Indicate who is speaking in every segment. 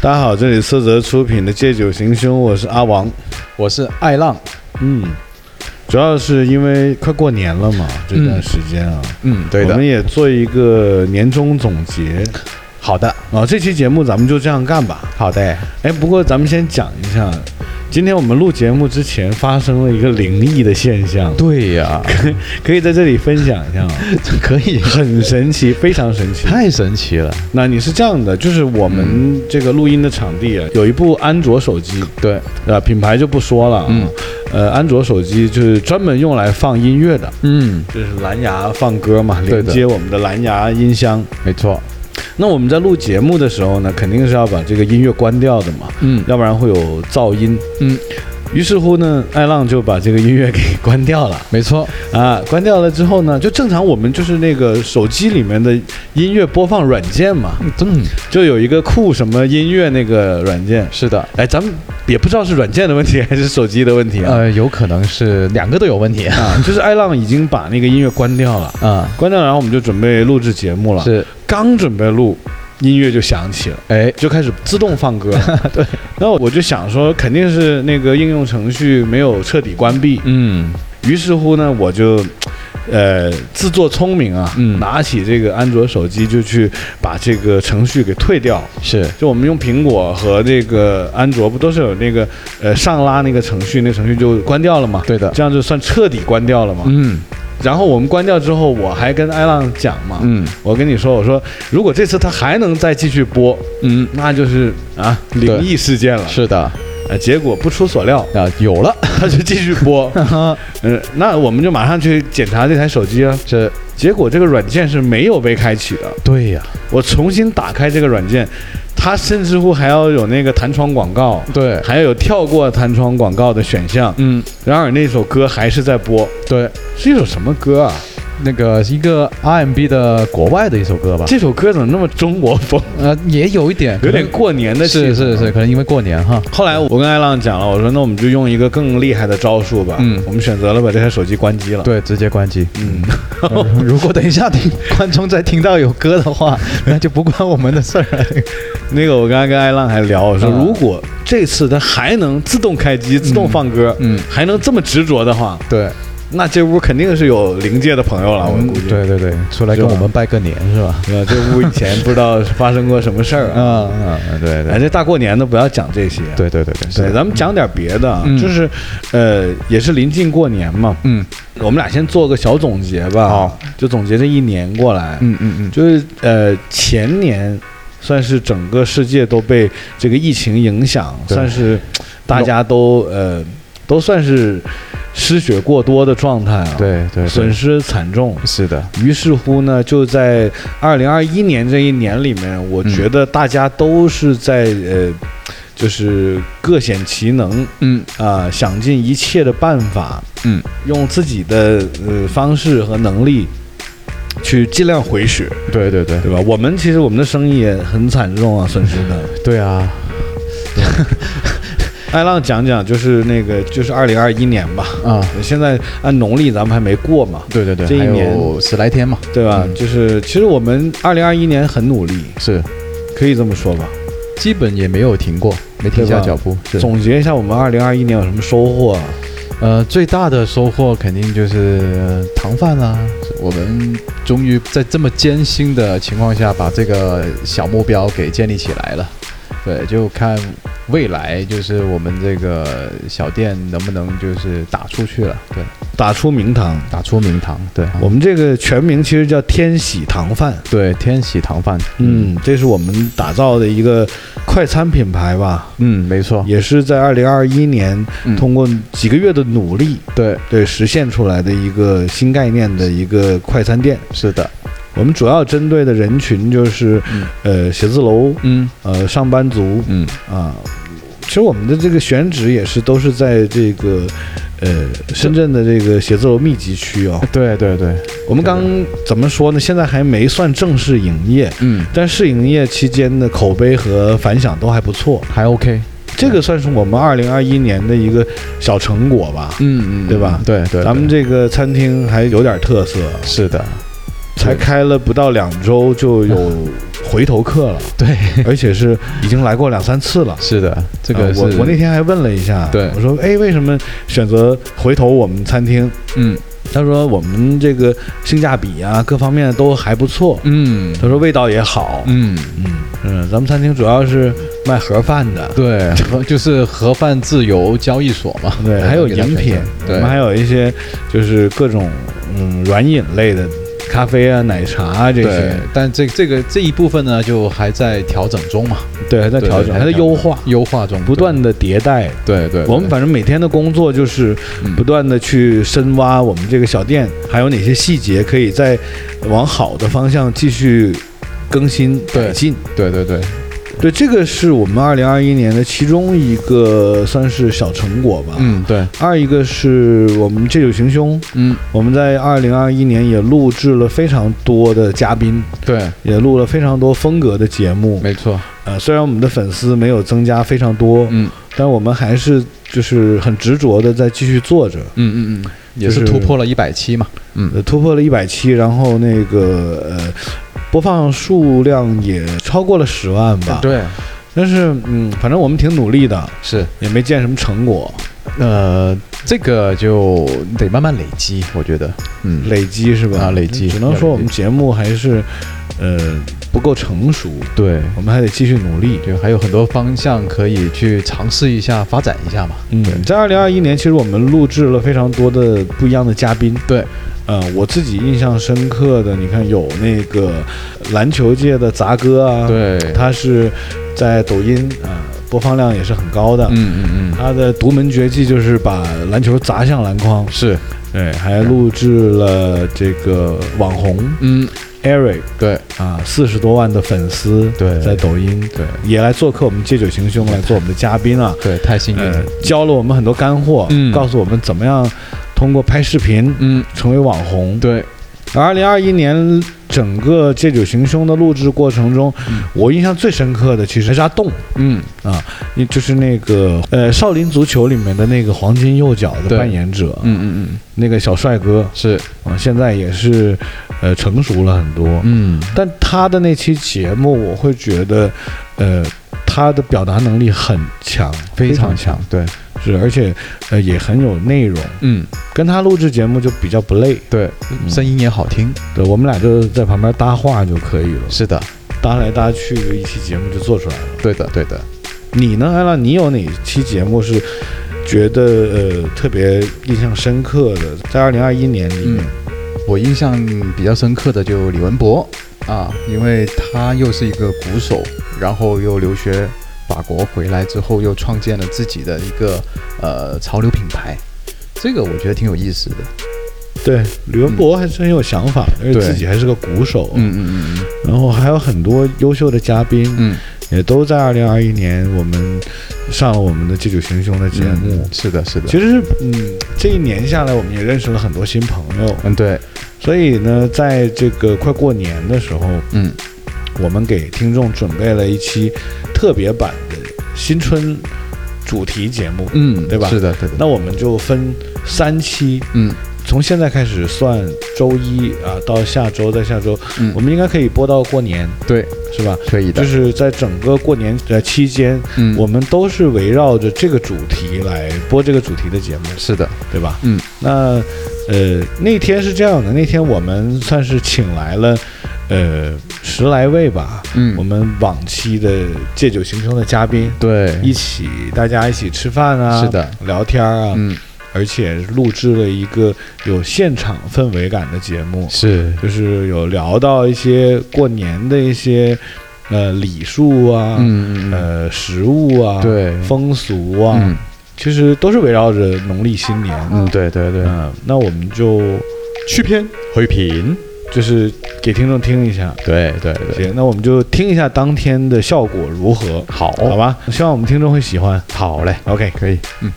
Speaker 1: 大家好，这里是泽出品的《借酒行凶》，我是阿王。
Speaker 2: 我是爱浪，
Speaker 1: 嗯，主要是因为快过年了嘛，这段时间啊，
Speaker 2: 嗯，对
Speaker 1: 我
Speaker 2: 的
Speaker 1: 们，也做一个年终总结
Speaker 2: 好的，
Speaker 1: 啊。这期节目咱们就这样干吧。
Speaker 2: 好的，
Speaker 1: 哎，不过咱们先讲一下，今天我们录节目之前发生了一个灵异的现象，
Speaker 2: 对呀、
Speaker 1: 可以在这里分享一下吗，
Speaker 2: 这可以，
Speaker 1: 很神奇，非常神奇。
Speaker 2: 太神奇了，
Speaker 1: 那你是这样的，就是我们这个录音的场地啊，有一部安卓手机，
Speaker 2: 嗯对，
Speaker 1: 呃，品牌就不说了，
Speaker 2: 嗯，
Speaker 1: 呃，安卓手机就是专门用来放音乐的，
Speaker 2: 嗯，
Speaker 1: 就是蓝牙放歌嘛，
Speaker 2: 对的
Speaker 1: 连接我们的蓝牙音箱。
Speaker 2: 没错，
Speaker 1: 那我们在录节目的时候呢，肯定是要把这个音乐关掉的嘛，
Speaker 2: 嗯
Speaker 1: 要不然会有噪音。
Speaker 2: 嗯，
Speaker 1: 于是乎呢，艾浪就把这个音乐给关掉了
Speaker 2: 没错，
Speaker 1: 啊。关掉了之后呢，就正常我们就是那个手机里面的音乐播放软件嘛，
Speaker 2: 嗯，
Speaker 1: 就有一个酷什么音乐那个软件。
Speaker 2: 是的，
Speaker 1: 哎，咱们也不知道是软件的问题还是手机的问题啊。
Speaker 2: 呃，有可能是两个都有问题，
Speaker 1: 啊， 就是艾浪已经把那个音乐关掉了，
Speaker 2: 啊、
Speaker 1: 关掉，然后我们就准备录制节目了。
Speaker 2: 是，
Speaker 1: 刚准备录，音乐就响起了，
Speaker 2: 哎，
Speaker 1: 就开始自动放歌。 对，那我就想说，肯定是那个应用程序没有彻底关闭。
Speaker 2: 嗯，
Speaker 1: 于是乎呢，我就，呃，自作聪明啊，
Speaker 2: 嗯
Speaker 1: 拿起这个安卓手机就去把这个程序给退掉。
Speaker 2: 是，
Speaker 1: 就我们用苹果和这个安卓不都是有那个呃上拉那个程序，那程序就关掉了嘛？
Speaker 2: 对的
Speaker 1: 这样就算彻底关掉了嘛。
Speaker 2: 嗯
Speaker 1: 然后我们关掉之后，我还跟艾浪讲嘛，
Speaker 2: 嗯
Speaker 1: 我跟你说，我说如果这次他还能再继续播，
Speaker 2: 嗯，
Speaker 1: 那就是啊灵异事件了。
Speaker 2: 是的，啊、
Speaker 1: 啊，结果不出所料，
Speaker 2: 有了，
Speaker 1: 他就继续 播。嗯，那我们就马上去检查这台手机啊。
Speaker 2: 这，
Speaker 1: 结果这个软件是没有被开启的。
Speaker 2: 对呀、
Speaker 1: 我重新打开这个软件，它甚至乎还要有那个弹窗广告，
Speaker 2: 对，
Speaker 1: 还要有跳过弹窗广告的选项。
Speaker 2: 嗯，
Speaker 1: 然而那首歌还是在播，
Speaker 2: 对，
Speaker 1: 是一首什么歌啊？
Speaker 2: 那个一个 RMB 的国外的一首歌吧，
Speaker 1: 这首歌怎么那么中国 风？
Speaker 2: 呃，也有一点，
Speaker 1: 有
Speaker 2: 可
Speaker 1: 点
Speaker 2: 能
Speaker 1: 过年的气
Speaker 2: 是
Speaker 1: 氛啊
Speaker 2: 是是，。可能因为过年哈，
Speaker 1: 后来我跟艾浪讲了，我说那我们就用一个更厉害的招数吧。
Speaker 2: 嗯
Speaker 1: 我们选择了把这台手机关机了。，
Speaker 2: 对，直接关机。
Speaker 1: 嗯，
Speaker 2: 呃 如果等一下听观众再听到有歌的 话，那就不关我们的事儿了。
Speaker 1: 那个我刚才跟艾浪还聊，我说
Speaker 2: 嗯
Speaker 1: 如果这次它还能自动开机、自动放歌，
Speaker 2: 嗯，
Speaker 1: 还能这么执着的话，
Speaker 2: 对，嗯
Speaker 1: 那这屋肯定是有灵界的朋友了，我估计。
Speaker 2: 对对对，出来
Speaker 1: 是
Speaker 2: 跟
Speaker 1: 吧
Speaker 2: 我们拜个年是吧？
Speaker 1: 对吧，这屋以前不知道发生过什么事儿 啊。
Speaker 2: 嗯嗯，嗯对
Speaker 1: 哎，
Speaker 2: 对
Speaker 1: 这大过年的不要讲这些。
Speaker 2: 对对对对，是
Speaker 1: 对，
Speaker 2: 的，
Speaker 1: 咱们讲点别的啊，
Speaker 2: 嗯
Speaker 1: 就是，呃，也是临近过年嘛，
Speaker 2: 嗯
Speaker 1: 我们俩先做个小总结吧，
Speaker 2: 好
Speaker 1: 就总结这一年过来，
Speaker 2: 嗯嗯嗯，
Speaker 1: 就是呃前年算是整个世界都被这个疫情影响，
Speaker 2: 对
Speaker 1: 算是大家都呃都算是失血过多的状态啊，，
Speaker 2: 对对，
Speaker 1: 损
Speaker 2: 失
Speaker 1: 失惨重。
Speaker 2: 是的，
Speaker 1: 于是乎呢，就在二零二一年这一年里面，我
Speaker 2: 嗯
Speaker 1: 觉得大家都是在、呃，就是各显其能，
Speaker 2: 嗯
Speaker 1: 啊，想尽一切的办法，
Speaker 2: 嗯，
Speaker 1: 用自己的呃方式和能力去尽量回血，
Speaker 2: 对对对
Speaker 1: 对吧？我们其实我们的生意也很惨重啊，损失的。
Speaker 2: 对啊，
Speaker 1: 艾浪讲讲，就是那个就是二零二一年吧，
Speaker 2: 啊，
Speaker 1: 现在按农历咱们还没过嘛，
Speaker 2: 对对对，
Speaker 1: 这一
Speaker 2: 还
Speaker 1: 年
Speaker 2: 有十来天嘛，
Speaker 1: 对吧？
Speaker 2: 嗯
Speaker 1: 就是其实我们二零二一年很努力，
Speaker 2: 是
Speaker 1: 可以这么说吧。
Speaker 2: 基本也没有停过，没停
Speaker 1: 对
Speaker 2: 下
Speaker 1: 吧
Speaker 2: 脚步，是
Speaker 1: 总结一下我们二零二一年有什么收获啊？
Speaker 2: 呃，最大的收获肯定就是呃糖饭啦、我们终于在这么艰辛的情况下，把这个小目标给建立起来了。对，就看未来，就是我们这个小店能不能就是打出去了，对，
Speaker 1: 打出名堂。
Speaker 2: 打出名堂，对，
Speaker 1: 我们这个全名其实叫天喜堂饭，
Speaker 2: 对天喜糖饭，
Speaker 1: 嗯，这是我们打造的一个快餐品牌吧，
Speaker 2: 嗯，没错，
Speaker 1: 也是在二零二一年
Speaker 2: 嗯
Speaker 1: 通过几个月的努力，
Speaker 2: 对，
Speaker 1: 对实现出来的一个新概念的一个快餐店。
Speaker 2: 是的，
Speaker 1: 我们主要针对的人群就是
Speaker 2: 嗯
Speaker 1: 呃写字楼、
Speaker 2: 嗯
Speaker 1: 呃上班族
Speaker 2: 嗯，
Speaker 1: 啊。其实我们的这个选址也是都是在这个呃深圳的这个写字楼密集区哦。
Speaker 2: 对对对，
Speaker 1: 我们刚怎么说呢？现在还没算正式营业，
Speaker 2: 嗯，
Speaker 1: 但试营业期间的口碑和反响都还不错，
Speaker 2: 还 OK，
Speaker 1: 这个算是我们二零二一年的一个小成果吧。
Speaker 2: 嗯嗯，
Speaker 1: 对吧
Speaker 2: 对对，
Speaker 1: 咱们
Speaker 2: 对
Speaker 1: 这个餐厅还有点特色，
Speaker 2: 是的，
Speaker 1: 才开了不到两周就有回头客了，
Speaker 2: 对，
Speaker 1: 而且是已经来过两三次了。
Speaker 2: 是的，这
Speaker 1: 啊
Speaker 2: 个是
Speaker 1: 我我那天还问了一下，
Speaker 2: 对
Speaker 1: 我说哎，为什么选择回头我们餐厅？
Speaker 2: 嗯
Speaker 1: 他说我们这个性价比啊，各方面都还不错。
Speaker 2: 嗯
Speaker 1: 他说味道也好，
Speaker 2: 嗯，
Speaker 1: 嗯，咱们餐厅主要是卖盒饭的，
Speaker 2: 对，盒就是盒饭自由交易所嘛，
Speaker 1: 对，还有饮品，我
Speaker 2: 对
Speaker 1: 们，还有一些就是各种嗯软饮类的咖啡啊、奶茶啊这
Speaker 2: 对
Speaker 1: 些，，
Speaker 2: 但这这个这一部分呢，就还在调整中嘛，
Speaker 1: 对，还在
Speaker 2: 对
Speaker 1: 调整，
Speaker 2: 还
Speaker 1: 还在
Speaker 2: 在调
Speaker 1: 优
Speaker 2: 整
Speaker 1: 化，
Speaker 2: 优化中，
Speaker 1: 不断的迭代。
Speaker 2: 对，对对，
Speaker 1: 我们反正每天的工作就是
Speaker 2: 嗯
Speaker 1: 不断的去深挖我们这个小店还有哪些细节可以再往好的方向继续更新
Speaker 2: 对
Speaker 1: 改进。
Speaker 2: 对对对，
Speaker 1: 对，这个是我们二零二一年的其中一个算是小成果吧。
Speaker 2: 嗯对，
Speaker 1: 二一个是我们这酒行凶，
Speaker 2: 嗯
Speaker 1: 我们在二零二一年也录制了非常多的嘉宾，
Speaker 2: 对，
Speaker 1: 也录了非常多风格的节目。
Speaker 2: 没错，
Speaker 1: 呃，虽然我们的粉丝没有增加非常多，
Speaker 2: 嗯
Speaker 1: 但我们还是就是很执着的在继续做着。
Speaker 2: 嗯嗯嗯，也
Speaker 1: 就是
Speaker 2: 是突破了一百期嘛，
Speaker 1: 呃，突破了一百期，然后那个呃，播放数量也超过了十万吧。，
Speaker 2: 对，
Speaker 1: 但是嗯，反正我们挺努力的，
Speaker 2: 是，
Speaker 1: 也没见什么成果，
Speaker 2: 呃，这个就得慢慢累积，我觉得，嗯，
Speaker 1: 累积是吧？
Speaker 2: 啊累积
Speaker 1: 只能
Speaker 2: 要
Speaker 1: 说
Speaker 2: 累
Speaker 1: 我们
Speaker 2: 积
Speaker 1: 节目还是呃不够成熟，
Speaker 2: 对，
Speaker 1: 我们还得继续努力。
Speaker 2: 就还有很多方向可以去尝试一下，发展一下嘛，
Speaker 1: 嗯，在二零二一年，其实我们录制了非常多的不一样的嘉宾。
Speaker 2: 对，
Speaker 1: 呃，我自己印象深刻的，你看有那个篮球界的杂哥啊，，
Speaker 2: 对，
Speaker 1: 他是在抖音啊、呃播放量也是很高的。
Speaker 2: 嗯嗯嗯，
Speaker 1: 他的独门绝技就是把篮球砸向篮筐，
Speaker 2: 是，
Speaker 1: 对，还录制了这个网红
Speaker 2: 嗯，
Speaker 1: Eric
Speaker 2: 对
Speaker 1: 啊，四十多万的粉丝，
Speaker 2: 对
Speaker 1: 在抖音
Speaker 2: 对
Speaker 1: 也来做客我们借酒行凶，来做我们的嘉宾啊，
Speaker 2: 对，太幸运
Speaker 1: 呃
Speaker 2: 了，，
Speaker 1: 教了我们很多干货，
Speaker 2: 嗯
Speaker 1: 告诉我们怎么样通过拍视频
Speaker 2: 嗯，
Speaker 1: 成为网红。
Speaker 2: 对，
Speaker 1: 二零二一年整个《借酒行凶》的录制过程中，
Speaker 2: 嗯
Speaker 1: 我印象最深刻的其实是阿栋，啊
Speaker 2: 嗯，
Speaker 1: 也就是那个呃《少林足球》里面的那个黄金右脚的
Speaker 2: 对
Speaker 1: 扮演者，
Speaker 2: 嗯嗯嗯，
Speaker 1: 那个小帅哥
Speaker 2: 是，
Speaker 1: 啊、现在也是呃成熟了很多。
Speaker 2: 嗯，
Speaker 1: 但他的那期节目，我会觉得，呃，他的表达能力很强，非
Speaker 2: 非常
Speaker 1: 常
Speaker 2: 强
Speaker 1: 强，，
Speaker 2: 对，
Speaker 1: 是，而且呃也很有内容。
Speaker 2: 嗯，
Speaker 1: 跟他录制节目就比较不累，嗯
Speaker 2: 对，声音也好听，
Speaker 1: 对我们俩就在旁边搭话就可以了，
Speaker 2: 是的，
Speaker 1: 搭来搭去就一期节目就做出来了。
Speaker 2: 对的，对的，
Speaker 1: 你呢，艾拉？你有哪期节目是觉得呃特别印象深刻的？在二零二一年
Speaker 2: 嗯
Speaker 1: 里面，
Speaker 2: 我印象比较深刻的就李文博啊，因为他又是一个鼓手，然后又留学法国回来之后，又创建了自己的一个呃潮流品牌，这个我觉得挺有意思的。
Speaker 1: 对吕文博还是很有想法，而且自己还是个鼓手，
Speaker 2: 嗯嗯
Speaker 1: 然后还有很多优秀的嘉宾，
Speaker 2: 嗯
Speaker 1: 也都在二零二一年我们上了我们的《借酒行嗯凶》的节目。
Speaker 2: 是的，是的，
Speaker 1: 其实，嗯，这一年下来，我们也认识了很多新朋友。
Speaker 2: 嗯对，
Speaker 1: 所以呢，在这个快过年的时候，
Speaker 2: 嗯
Speaker 1: 我们给听众准备了一期特别版的新春主题节目。
Speaker 2: 嗯
Speaker 1: 对吧
Speaker 2: 是的，对的，
Speaker 1: 那我们就分三期，
Speaker 2: 嗯
Speaker 1: 从现在开始算周一啊，到下周，在下周，
Speaker 2: 嗯
Speaker 1: 我们应该可以播到过年，
Speaker 2: 对，
Speaker 1: 是吧？
Speaker 2: 可以的，
Speaker 1: 就是在整个过年的期间，
Speaker 2: 嗯
Speaker 1: 我们都是围绕着这个主题来播这个主题的节目，
Speaker 2: 是的，
Speaker 1: 对吧？
Speaker 2: 嗯，
Speaker 1: 那呃那天是这样的，那天我们算是请来了呃十来位吧，
Speaker 2: 嗯
Speaker 1: 我们往期的借酒行凶的嘉宾，
Speaker 2: 对，
Speaker 1: 一起大家一起吃饭啊，
Speaker 2: 嗯是的，
Speaker 1: 聊天啊，
Speaker 2: 嗯
Speaker 1: 而且录制了一个有现场氛围感的节目，
Speaker 2: 是，
Speaker 1: 就是有聊到一些过年的一些呃礼数啊，
Speaker 2: 嗯嗯嗯
Speaker 1: 呃食物啊，
Speaker 2: 对
Speaker 1: 风俗啊，
Speaker 2: 嗯
Speaker 1: 其实都是围绕着农历新年。
Speaker 2: 嗯对对对，
Speaker 1: 嗯，那我们就
Speaker 2: 去片回评，
Speaker 1: 就是给听众听一下。
Speaker 2: 对对对，
Speaker 1: 行，那我们就听一下当天的效果如何，
Speaker 2: 好，
Speaker 1: 好吧？希望我们听众会喜欢。
Speaker 2: 好嘞，
Speaker 1: OK，
Speaker 2: 可以，嗯。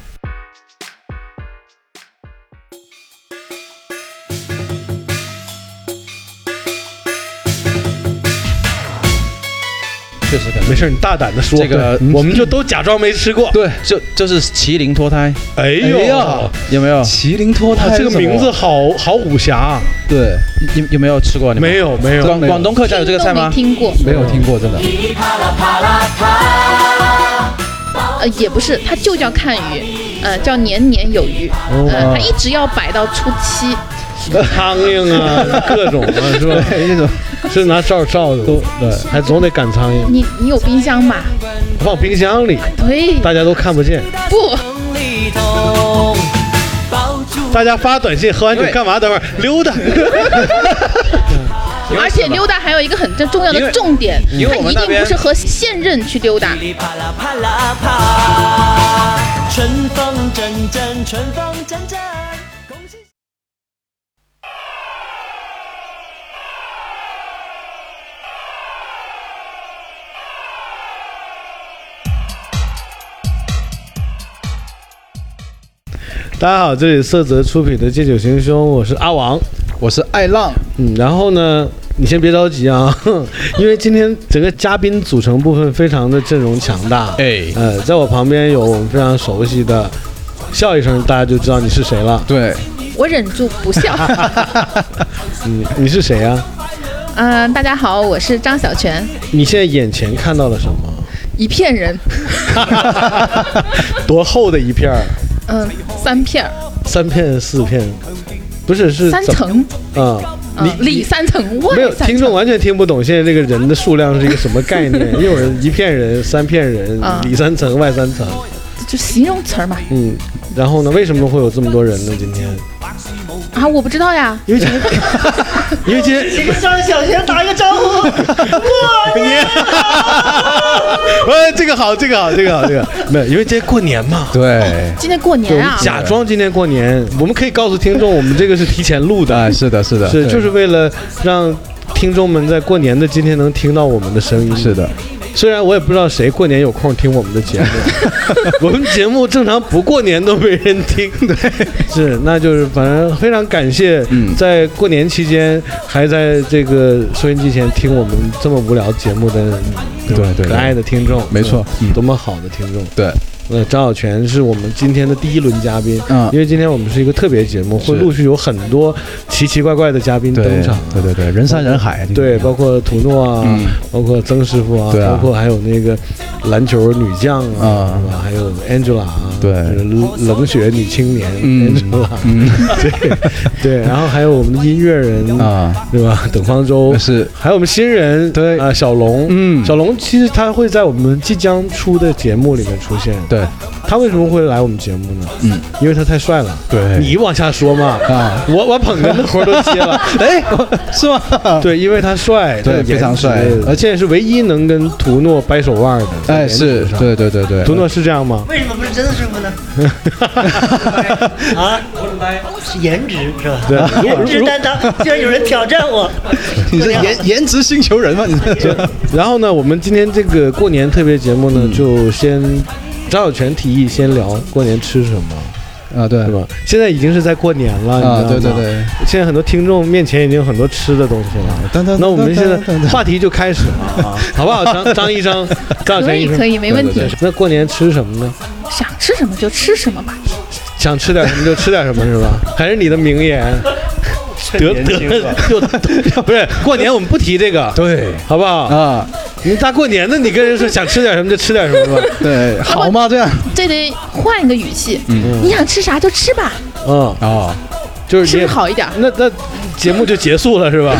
Speaker 2: 确实可能
Speaker 1: 没事儿，你大胆的说，
Speaker 2: 这个
Speaker 1: 对我们就都假装没吃过。
Speaker 2: 对。
Speaker 3: 就就是麒麟脱胎，
Speaker 1: 哎呦，
Speaker 2: 哎呀
Speaker 3: 有没有？
Speaker 2: 麒麟脱
Speaker 1: 哇
Speaker 2: 胎
Speaker 1: 这个
Speaker 2: 是什么
Speaker 1: 名字好好武侠啊，
Speaker 2: 对，
Speaker 3: 有有没有吃过？你们
Speaker 1: 没有没有，
Speaker 3: 广广东客家有这个菜吗
Speaker 4: 都没？听过，
Speaker 2: 没有听过，真的。
Speaker 4: 呃，也不是，它就叫看鱼，呃，叫年年有余，
Speaker 3: 哦
Speaker 4: 呃，它一直要摆到初七，
Speaker 1: 苍蝇 啊，各种啊，是吧？
Speaker 2: 对，那种
Speaker 1: 是拿罩罩的，
Speaker 2: 都对，
Speaker 1: 还总得赶苍蝇，
Speaker 4: 你你有冰箱吗？
Speaker 1: 放冰箱里，
Speaker 4: 对，
Speaker 1: 大家都看不见。
Speaker 4: 不，
Speaker 1: 大家发短信，喝完酒干嘛？等会儿溜达。
Speaker 4: 而且溜达还有一个很重要
Speaker 3: 因为
Speaker 4: 的重点，
Speaker 3: 因
Speaker 4: 它
Speaker 3: 为我们
Speaker 4: 一
Speaker 3: 那
Speaker 4: 定
Speaker 3: 边
Speaker 4: 不是和现任去溜达，
Speaker 5: 啪啦啪啦啪，春风阵阵，春风阵阵。恭喜
Speaker 1: 大家好，这里是色泽出品的《借酒行凶》，我是阿王。
Speaker 2: 我是爱浪，
Speaker 1: 嗯，然后呢，你先别着急啊， 因为今天整个嘉宾组成部分非常的阵容强大。
Speaker 2: 哎，
Speaker 1: 呃，在我旁边有我们非常熟悉的，笑一声，大家就知道你是谁了。
Speaker 2: 对，
Speaker 4: 我忍住不 笑。
Speaker 1: 嗯，你是谁啊？
Speaker 4: 嗯，大家好，我是张小泉，
Speaker 1: 你现在眼前看到了什么？
Speaker 4: 一片人，
Speaker 1: 多厚的一片儿？
Speaker 4: 嗯，三片儿，
Speaker 1: 三片、四片？不是，是
Speaker 4: 三
Speaker 1: 怎么
Speaker 4: 层，
Speaker 1: 啊？
Speaker 4: 嗯，里三层，外
Speaker 1: 没有，
Speaker 4: 三
Speaker 1: 听众
Speaker 3: 啊
Speaker 4: 层，
Speaker 1: 完全听不懂现在这个人的数量是一个什么概念。又有人一片人、三片人
Speaker 4: 啊、
Speaker 1: 里三层、外三层，
Speaker 4: 就形容词儿嘛。
Speaker 1: 嗯，然后呢，为什么会有这么多人呢？今天，
Speaker 4: 啊，我不知道呀，
Speaker 1: 因为今天，因为今天，
Speaker 5: 你跟张小贤打一个招呼，过 年。
Speaker 1: 哎呃，这个好，这个好，这个好，这个没有，因为今天过年嘛。
Speaker 2: 对，
Speaker 4: 今天过年啊，
Speaker 1: 假装今天过年，我们可以告诉听众，我们这个是提前录
Speaker 2: 啊，
Speaker 1: 的，
Speaker 2: 是的，是的，
Speaker 1: 是
Speaker 2: 对
Speaker 1: 就是为了让听众们在过年的今天能听到我们的声音。
Speaker 2: 是的，
Speaker 1: 虽然我也不知道谁过年有空听我们的节目， 我们节目正常不过年都没人听。 对，是，那就是反正非常感谢，在过年期间还在这个收音机前听我们这么无聊节目的
Speaker 2: 对对对
Speaker 1: 可爱的听众，
Speaker 2: 没错
Speaker 1: 嗯多么好的听众。
Speaker 2: 对，
Speaker 1: 呃，张小泉是我们今天的第一轮嘉宾，
Speaker 2: 嗯
Speaker 1: 因为今天我们是一个特别节目，会
Speaker 2: 是
Speaker 1: 陆续有很多奇奇怪怪的嘉宾
Speaker 2: 对
Speaker 1: 登场。
Speaker 2: 对对对，人山人海，啊
Speaker 1: 对，包括土诺啊，
Speaker 2: 嗯
Speaker 1: 包括曾师傅啊，
Speaker 2: 对啊
Speaker 1: 包括还有那个篮球女将啊，
Speaker 2: 啊
Speaker 1: 是吧？还有 Angela 啊，
Speaker 2: 对
Speaker 1: 就是冷冷血女青年
Speaker 2: 嗯
Speaker 1: Angela，
Speaker 2: 嗯
Speaker 1: 对，然后还有我们的音乐人，
Speaker 2: 啊，
Speaker 1: 对吧？董方舟。
Speaker 2: 是，
Speaker 1: 还有我们新人
Speaker 2: 对
Speaker 1: 啊，小龙，
Speaker 2: 嗯
Speaker 1: 小龙其实他会在我们即将出的节目里面出现。
Speaker 2: 对
Speaker 1: 他为什么会来我们节目呢？
Speaker 2: 嗯，
Speaker 1: 因为他太帅了。
Speaker 2: 对
Speaker 1: 你往下说嘛，
Speaker 2: 啊，
Speaker 1: 我我捧哏的活儿都接 了。
Speaker 2: 哎，是吗？
Speaker 1: 对，因为他帅，
Speaker 2: 对
Speaker 1: 他有
Speaker 2: 非常
Speaker 1: 颜值
Speaker 2: 帅
Speaker 1: 而且是唯一能跟图诺掰手腕的。在
Speaker 2: 哎，
Speaker 1: 颜值
Speaker 2: 是
Speaker 1: 上，
Speaker 2: 对对对对，
Speaker 1: 图诺是这样吗？
Speaker 5: 为什么不是真的师傅呢？啊，是颜值是吧？
Speaker 1: 对
Speaker 5: 颜值担 当，居然有人挑战我，
Speaker 2: 你是颜颜值星球人吗？你是
Speaker 1: 然后呢，我们今天这个过年特别节目呢，
Speaker 2: 嗯
Speaker 1: 就先张小泉提议先聊过年吃什么，
Speaker 2: 啊，对
Speaker 1: 对吧？现在已经是在过年了，
Speaker 2: 啊，
Speaker 1: 你
Speaker 2: 对
Speaker 1: 知道吗？
Speaker 2: 对对，
Speaker 1: 现在很多听众面前已经有很多吃的东西了。
Speaker 2: 但但
Speaker 1: 那我们现在话题就开始了啊，好不好？张张医生，张小
Speaker 4: 可
Speaker 1: 泉医
Speaker 4: 以可
Speaker 1: 生。
Speaker 4: 以，没问题
Speaker 2: 对对，
Speaker 1: 那过年吃什么呢？
Speaker 4: 想吃什么就吃什么吧。
Speaker 1: 想吃点什么就吃点什么，是 吧？还是你的名言？得得就 不是过年我们不提这个，
Speaker 2: 对
Speaker 1: 好不好？
Speaker 2: 啊，
Speaker 1: 你大过年的，你跟人说想吃点什么就吃点什么吧。
Speaker 2: 对，好吗？这样
Speaker 4: 这得换一个语气，你想吃啥就吃吧，
Speaker 1: 嗯，
Speaker 2: 啊，
Speaker 1: 就是
Speaker 4: 是
Speaker 1: 你
Speaker 4: 不是好一点？
Speaker 1: 那那节目就结束了是 吧？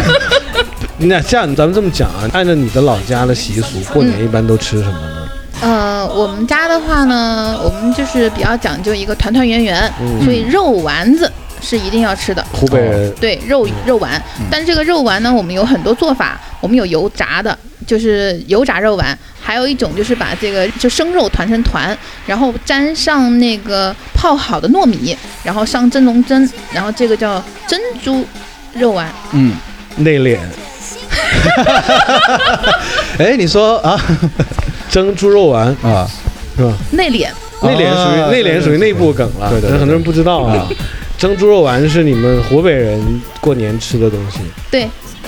Speaker 1: 你俩这样，咱们这么讲啊，按照你的老家的习俗，过年一般都吃什么呢？
Speaker 4: 呃，我们家的话呢，我们就是比较讲究一个团团圆圆，所以肉丸子是一定要吃的。
Speaker 1: 湖北人
Speaker 4: 对，肉肉丸，但是这个肉丸呢，我们有很多做法，我们有油炸的，就是油炸肉丸，还有一种就是把这个就生肉团成团，然后沾上那个泡好的糯米，然后上蒸笼蒸，然后这个叫珍珠肉丸。
Speaker 2: 嗯，
Speaker 1: 内敛
Speaker 2: 哎，你说啊
Speaker 1: 蒸猪肉丸
Speaker 2: 啊，
Speaker 1: 是吧？
Speaker 4: 内敛，
Speaker 1: 内敛属于
Speaker 2: 啊
Speaker 1: 内敛属于内部梗了，
Speaker 2: 对对对对
Speaker 1: 很多人不知道啊
Speaker 2: 啊。
Speaker 1: 蒸猪肉丸是你们湖北人过年吃的东西，
Speaker 4: 对，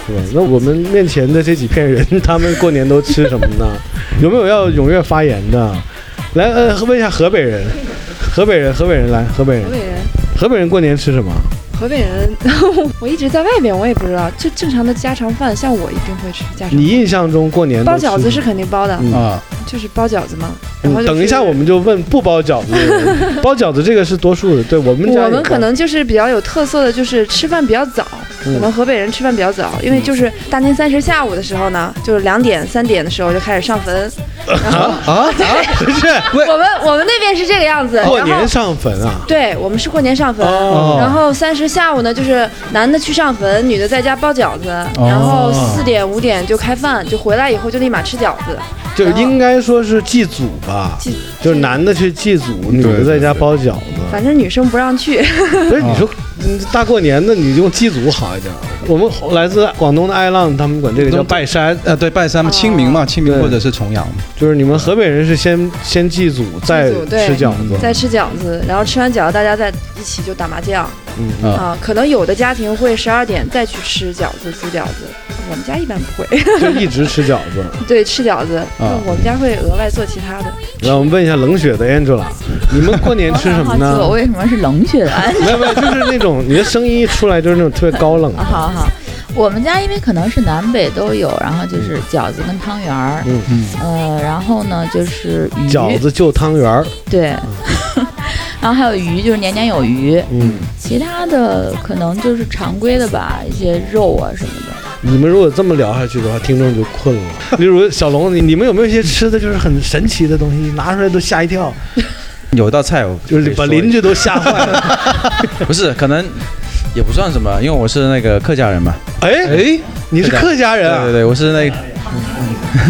Speaker 1: 是吧？那我们面前的这几片人，他们过年都吃什么 呢？有没有要踊跃发言的？来，呃，问一下河北人，河北人，河北人来，河北人
Speaker 6: 河，北人，
Speaker 1: 河北人过年吃什么？
Speaker 6: 河北人， 我一直在外面，我也不知道，就正常的家常饭，像我一定会吃家常
Speaker 1: 你
Speaker 6: 饭。
Speaker 1: 印象中过年都
Speaker 6: 包
Speaker 1: 吃
Speaker 6: 饺子是肯定包的，
Speaker 1: 嗯
Speaker 2: 啊，
Speaker 6: 就是包饺子嘛。然
Speaker 1: 嗯
Speaker 6: 后、就是
Speaker 1: 等一下，我们就问不包饺 子的人，包饺子这个是多数的，对我们家
Speaker 6: 我
Speaker 1: 也包
Speaker 6: 们可能就是比较有特色的，就是吃饭比较早。
Speaker 1: 嗯
Speaker 6: 我们河北人吃饭比较早，因为就是大年三十下午的时候呢，就是两点、三点的时候就开始上坟。然后
Speaker 2: 啊
Speaker 1: 不是
Speaker 6: 我们我们那边是这个样子，
Speaker 1: 过
Speaker 6: 然后
Speaker 1: 年上坟啊，
Speaker 6: 对，我们是过年上坟，
Speaker 1: 哦
Speaker 6: 然后三十下午呢，就是男的去上坟，女的在家包饺子，
Speaker 1: 哦
Speaker 6: 然后四点五点就开饭，就回来以后就立马吃饺子。
Speaker 1: 就
Speaker 6: 然后
Speaker 1: 应该说是祭祖吧，
Speaker 6: 祭
Speaker 1: 就是男的去祭祖，女的
Speaker 2: 对
Speaker 1: 在家包饺子。
Speaker 6: 反正女生不让去，
Speaker 1: 不是你说嗯大过年的，你用祭祖好一点。我们来自广东的艾浪，他们管这个叫拜山，
Speaker 3: 呃，对，拜山清明嘛，清
Speaker 1: 对
Speaker 3: 明或者是重阳，
Speaker 1: 就是你们河北人是先先祭祖，再
Speaker 6: 祖对
Speaker 1: 吃饺子。
Speaker 6: 再吃饺子，然后吃完饺子大家在一起就打麻将
Speaker 1: 嗯，
Speaker 2: 啊
Speaker 6: 啊。可能有的家庭会十二点再去吃饺子、煮饺子，我们家一般不会。
Speaker 1: 就一直吃饺子。
Speaker 6: 对，吃饺子，我们家会额外做其他的。
Speaker 1: 然后我们问一下冷血的 Angela，你们过年吃什么呢？
Speaker 7: 我为什么是冷血的？
Speaker 1: 没有没有，就是那种你的声音一出来就是那种特别高冷的。
Speaker 7: 好好，我们家因为可能是南北都有，然后就是饺子跟汤圆儿，
Speaker 1: 嗯
Speaker 7: 呃，然后呢就是鱼，
Speaker 1: 饺子嗯就汤圆儿，
Speaker 7: 对， 然后还有鱼，就是年年有余，
Speaker 1: 嗯，
Speaker 7: 其他的可能就是常规的吧，一些肉啊什么的。
Speaker 1: 你们如果这么聊下去的话，听众就困了。例如小龙，你你们有没有一些吃的就是很神奇的东西，拿出来都吓一跳，
Speaker 3: 有一道菜我
Speaker 1: 就是把邻
Speaker 3: 居
Speaker 1: 居都吓坏了？
Speaker 3: 不是可能也不算什么，因为我是那个客家人嘛。
Speaker 1: 哎，
Speaker 3: 哎，
Speaker 1: 你是客家人
Speaker 3: 对对
Speaker 1: 啊？
Speaker 3: 对，我是那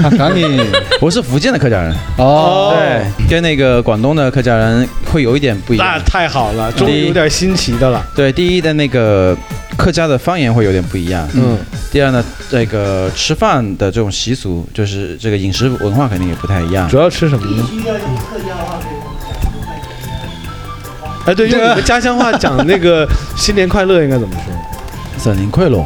Speaker 3: 嗯
Speaker 2: 赶紧
Speaker 3: 我是福建的客家人，
Speaker 2: 哦，
Speaker 3: 对，跟那个广东的客家人会有一点不一
Speaker 1: 那
Speaker 3: 样。
Speaker 1: 太好了，终于有点新奇的了。
Speaker 3: 对，第一的那个客家的方言会有点不一样，
Speaker 1: 嗯，
Speaker 3: 第二呢，这个吃饭的这种习俗，就是这个饮食文化肯定也不太一样
Speaker 1: 主。要吃什么呢？哎，
Speaker 3: 啊
Speaker 1: 对，用你们家乡话讲那 个新年快乐应该怎么说？
Speaker 2: 新年快乐，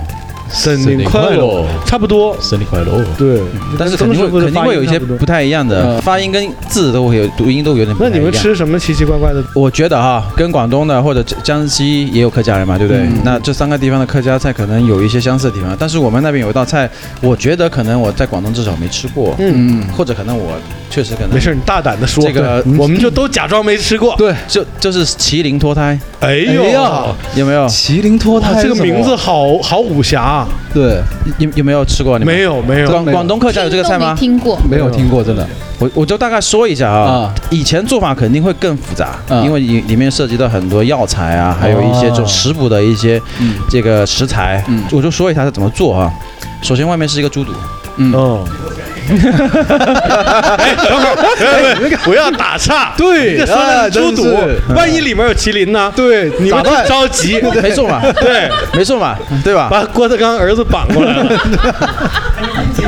Speaker 1: 新
Speaker 2: 年快乐
Speaker 1: 差不多。
Speaker 2: 新年快乐。
Speaker 1: 对，
Speaker 3: 但是肯定
Speaker 1: 增收
Speaker 3: 会
Speaker 1: 的
Speaker 3: 肯定
Speaker 1: 发音啊
Speaker 3: 会有一些
Speaker 1: 差不多
Speaker 3: 不太一样的
Speaker 2: 嗯
Speaker 3: 发音跟字都会有读音都有点不
Speaker 1: 那
Speaker 3: 太一
Speaker 1: 你
Speaker 3: 样。
Speaker 1: 们吃什么奇奇怪怪的？
Speaker 3: 我觉得哈，跟广东的或者江西也有客家人嘛，对不对？
Speaker 2: 嗯
Speaker 3: 那这三个地方的客家菜可能有一些相似的地方，但是我们那边有一道菜，我觉得可能我在广东至少没吃过，
Speaker 1: 嗯，
Speaker 2: 嗯，
Speaker 3: 或者可能我确实可能
Speaker 1: 没事，你大胆的说。
Speaker 3: 这个嗯
Speaker 1: 对我们就都假装没吃过。
Speaker 2: 对，
Speaker 3: 就就是麒麟脱胎，
Speaker 1: 哎呦，
Speaker 2: 哎呀
Speaker 3: 有没有？
Speaker 2: 麒麟脱
Speaker 1: 哇
Speaker 2: 胎
Speaker 1: 这个
Speaker 2: 是什么
Speaker 1: 名字好好武侠啊！
Speaker 2: 对，
Speaker 3: 有有没有吃过？你们
Speaker 1: 没有没有，
Speaker 3: 广广东客家有这个菜吗？
Speaker 4: 听都没听过，
Speaker 2: 没有听过，真的
Speaker 3: 我我就大概说一下啊
Speaker 2: 啊，
Speaker 3: 以前做法肯定会更复杂，
Speaker 2: 嗯
Speaker 3: 因为里里面涉及到很多药材啊，还有一些这种食补的一些
Speaker 2: 哦嗯
Speaker 3: 这个食材
Speaker 2: 嗯，
Speaker 3: 我就说一下它怎么做啊。首先，外面是一个猪肚，
Speaker 1: 嗯。 哎，等 会儿，哎喂，不要打岔。
Speaker 2: 对
Speaker 1: 你这说的
Speaker 2: 啊
Speaker 1: 是猪
Speaker 2: 真是
Speaker 1: 肚，万一里面有麒麟呢？
Speaker 2: 对，
Speaker 1: 你们
Speaker 2: 咋
Speaker 1: 就
Speaker 2: 办？
Speaker 1: 着急，
Speaker 3: 没错嘛，
Speaker 1: 对，
Speaker 3: 没错嘛，对 吧？
Speaker 1: 把郭德纲儿子绑过来 了。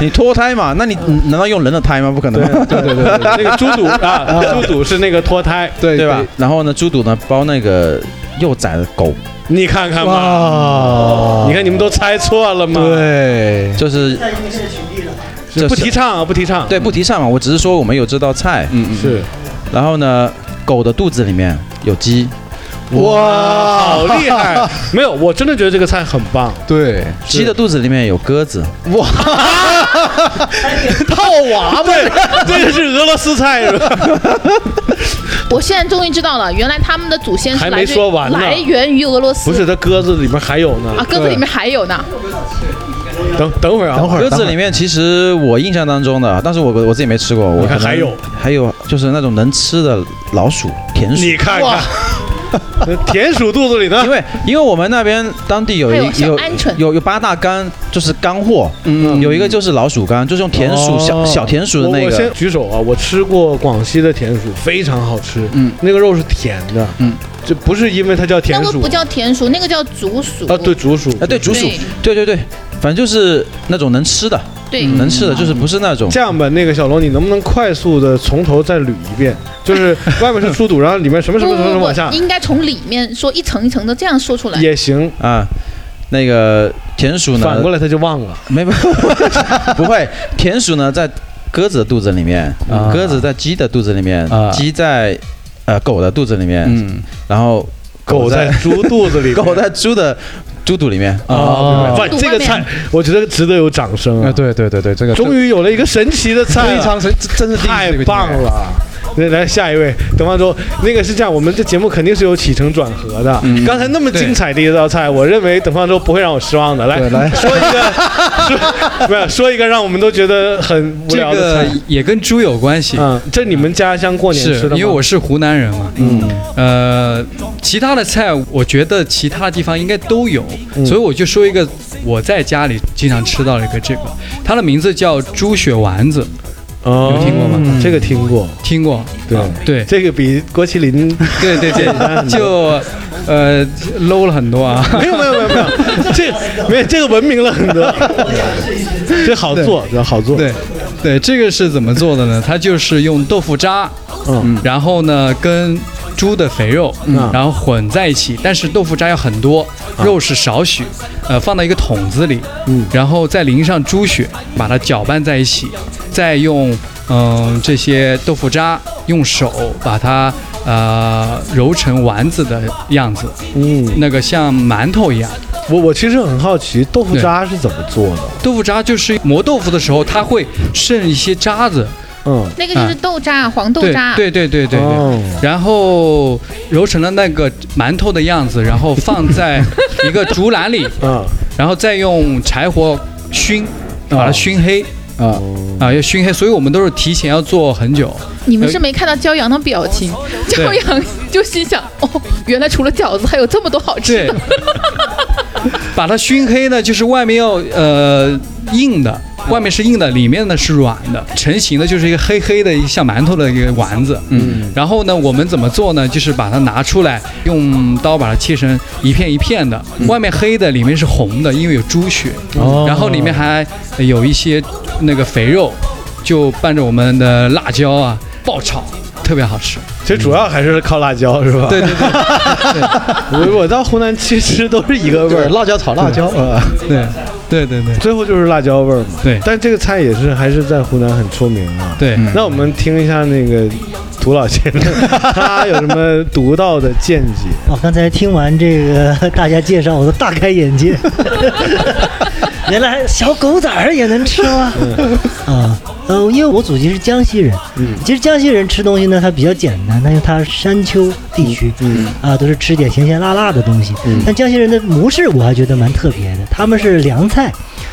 Speaker 3: 你脱胎嘛，那你嗯难道用人的胎吗？不可能嘛，
Speaker 1: 对对对，那个猪肚啊，猪肚是那个脱胎，
Speaker 2: 对
Speaker 3: 对吧？？然后呢，猪肚呢包那个幼崽的狗，
Speaker 1: 你看看吧，
Speaker 2: 哇
Speaker 1: 你，看你们都猜错了吗？，
Speaker 2: 啊对，
Speaker 3: 就是
Speaker 8: 嗯
Speaker 1: 不提倡啊，不提倡。
Speaker 3: 对不提倡嘛，我只是说我们有这道菜，
Speaker 2: 嗯嗯，
Speaker 1: 是，
Speaker 3: 然后呢，狗的肚子里面有鸡，
Speaker 1: 哇，好厉 害！没有，我真的觉得这个菜很棒。
Speaker 2: 对，
Speaker 3: 鸡的肚子里面有鸽子，
Speaker 1: 套娃嘛，这个是俄罗斯菜是吧？
Speaker 4: 我现在终于知道了，原来他们的祖先是
Speaker 1: 还
Speaker 4: 来
Speaker 1: 没
Speaker 4: 自于
Speaker 1: 说完呢
Speaker 4: 来源于俄罗斯，
Speaker 1: 不是，它鸽子里面还有
Speaker 4: 啊
Speaker 1: 呢。，
Speaker 4: 鸽子里面还有呢，
Speaker 1: 等等会儿啊，
Speaker 2: 等会儿
Speaker 3: 鸽子里面其实我印象当中的，但是我我自己没吃过，我
Speaker 1: 你看
Speaker 3: 可能
Speaker 1: 还有
Speaker 3: 还有就是那种能吃的老鼠、田鼠，
Speaker 1: 你看看，田鼠肚子里呢
Speaker 3: 因？为因为我们那边当地有
Speaker 4: 还有
Speaker 3: 一
Speaker 4: 小
Speaker 3: 有
Speaker 4: 鹌鹑
Speaker 3: 有有八大干，就是干货，
Speaker 2: 嗯
Speaker 3: 有一个就是老鼠干，就是用田鼠
Speaker 1: 哦
Speaker 3: 小小田鼠的
Speaker 1: 我
Speaker 3: 那
Speaker 1: 我先
Speaker 3: 个，
Speaker 1: 举手啊！我吃过广西的田鼠，非常好吃。
Speaker 2: 嗯，
Speaker 1: 那个肉是甜的。
Speaker 2: 嗯，
Speaker 1: 这不是因为它叫田
Speaker 4: 那个
Speaker 1: 鼠
Speaker 4: 不叫田鼠，那个叫竹鼠。
Speaker 1: 啊，对，竹鼠
Speaker 3: 啊对，竹鼠，对对对，反正就是那种能吃的，
Speaker 4: 对，
Speaker 1: 嗯
Speaker 3: 能吃的，就是不是那种
Speaker 1: 这样吧，那个小龙，你能不能快速的从头再捋一遍？就是外面是猪肚，然后里面什么
Speaker 4: 不
Speaker 1: 什么什么什么
Speaker 4: 不
Speaker 1: 往下
Speaker 4: 不，应该从里面说一层一层的这样说出来。
Speaker 1: 也行。
Speaker 3: 啊。那个田鼠呢
Speaker 1: 嗯反，过来他就忘了。
Speaker 3: 没 不不会，田鼠呢在鸽子的肚子里面，
Speaker 2: 啊
Speaker 3: 鸽子在鸡的肚子里面，
Speaker 2: 啊
Speaker 3: 鸡在呃狗的肚子里面，
Speaker 2: 嗯，
Speaker 3: 然后
Speaker 1: 狗在
Speaker 3: 在
Speaker 1: 猪肚子里面，
Speaker 3: 狗在猪的猪肚里面。
Speaker 1: 啊，
Speaker 2: 啊
Speaker 1: 反这个菜，我觉得值得有掌声啊
Speaker 2: 啊，！对对对对，这个
Speaker 1: 终于有了一个神奇的菜
Speaker 2: 非
Speaker 1: 了，
Speaker 2: 常神，真是
Speaker 1: 太棒
Speaker 2: 了。
Speaker 1: 了。来来下一位，等方舟，那个是这样，我们这节目肯定是有起承转合的。
Speaker 9: 嗯
Speaker 1: 刚才那么精彩的一道菜，我认为等方舟不会让我失望的。来
Speaker 2: 对来
Speaker 1: 说一 个，说没有说一个让我们都觉得很无
Speaker 9: 这
Speaker 1: 聊的
Speaker 9: 个
Speaker 1: 菜。
Speaker 9: 也跟猪有关系，
Speaker 1: 嗯，这你们家乡过年
Speaker 9: 是
Speaker 1: 吃的吗？
Speaker 9: 因为我是湖南人嘛。
Speaker 1: 嗯
Speaker 9: 呃，其他的菜我觉得其他地方应该都有，
Speaker 1: 嗯
Speaker 9: 所以我就说一个我在家里经常吃到的一个这个，它的名字叫猪血丸子，
Speaker 1: 哦
Speaker 9: 有听过吗嗯
Speaker 1: 嗯这个听过，
Speaker 9: 听过？
Speaker 1: 对
Speaker 9: 对
Speaker 1: 这个比郭麒麟
Speaker 9: 对对 对，就呃 low 了很多啊。
Speaker 1: 没有没有没有没有，这没有这个文明了很 多，这好做，这好做。
Speaker 9: 对，对，这个是怎么做的呢？它就是用豆腐渣，
Speaker 1: 嗯，
Speaker 9: 然后呢跟猪的肥肉，
Speaker 1: 嗯
Speaker 9: 然后混在一起，但是豆腐渣要很多，肉是少许，呃，放到一个桶子里，
Speaker 1: 嗯
Speaker 9: 然后再淋上猪血，把它搅拌在一起，再用嗯、这些豆腐渣用手把它呃揉成丸子的样子，
Speaker 1: 嗯，
Speaker 9: 那个像馒头一样。
Speaker 1: 我我其实很好奇豆腐渣是怎么做的。
Speaker 9: 豆腐渣就是磨豆腐的时候，它会剩一些渣子，
Speaker 1: 嗯，
Speaker 4: 那个就是豆渣，黄豆渣，
Speaker 9: 对对对对对对。
Speaker 1: 哦
Speaker 9: 然后揉成了那个馒头的样子，然后放在一个竹篮里，
Speaker 1: 嗯，
Speaker 9: 然后再用柴火熏，把它熏黑
Speaker 1: 嗯
Speaker 2: 啊，
Speaker 9: 啊，要熏黑。所以我们都是提前要做很久。
Speaker 4: 你们是没看到骄阳的表情，骄
Speaker 9: 对
Speaker 4: 阳就心想：哦，原来除了饺子还有这么多好吃
Speaker 9: 对
Speaker 4: 的。，
Speaker 9: 把它熏黑呢，就是外面要呃硬的，外面是硬的，里面呢是软的，成型的就是一个黑黑的一像馒头的一个丸子。嗯，然后呢，我们怎么做呢？就是把它拿出来，用刀把它切成一片一片的，外面黑的，里面是红的，因为有猪血，
Speaker 1: 哦
Speaker 9: 然后里面还有一些那个肥肉，就拌着我们的辣椒啊爆炒，特别好吃。
Speaker 1: 其实主要还是靠辣椒是吧？
Speaker 9: 对对对
Speaker 1: 我我到湖南其实都是一个味
Speaker 2: 对，
Speaker 1: 儿，嗯
Speaker 2: 辣椒炒辣椒，呃，
Speaker 9: 对对对对
Speaker 1: 最后就是辣椒味儿嘛。
Speaker 9: 对
Speaker 1: 但这个菜也是还是在湖南很出名啊。
Speaker 9: 对，
Speaker 1: 那我们听一下那个涂老先生， 他有什么独到的见解？
Speaker 8: 哦，刚才听完这个大家介绍，我都大开眼界， 原来小狗崽儿也能吃吗？
Speaker 5: 嗯
Speaker 8: 啊，呃，因为我祖籍是江西人，
Speaker 1: 嗯
Speaker 8: 其实江西人吃东西呢，它比较简单，但是它山丘地区，
Speaker 1: 嗯
Speaker 8: 啊，都是吃点咸咸辣辣的东西。但江西人的模式我还觉得蛮特别的，他们是凉菜，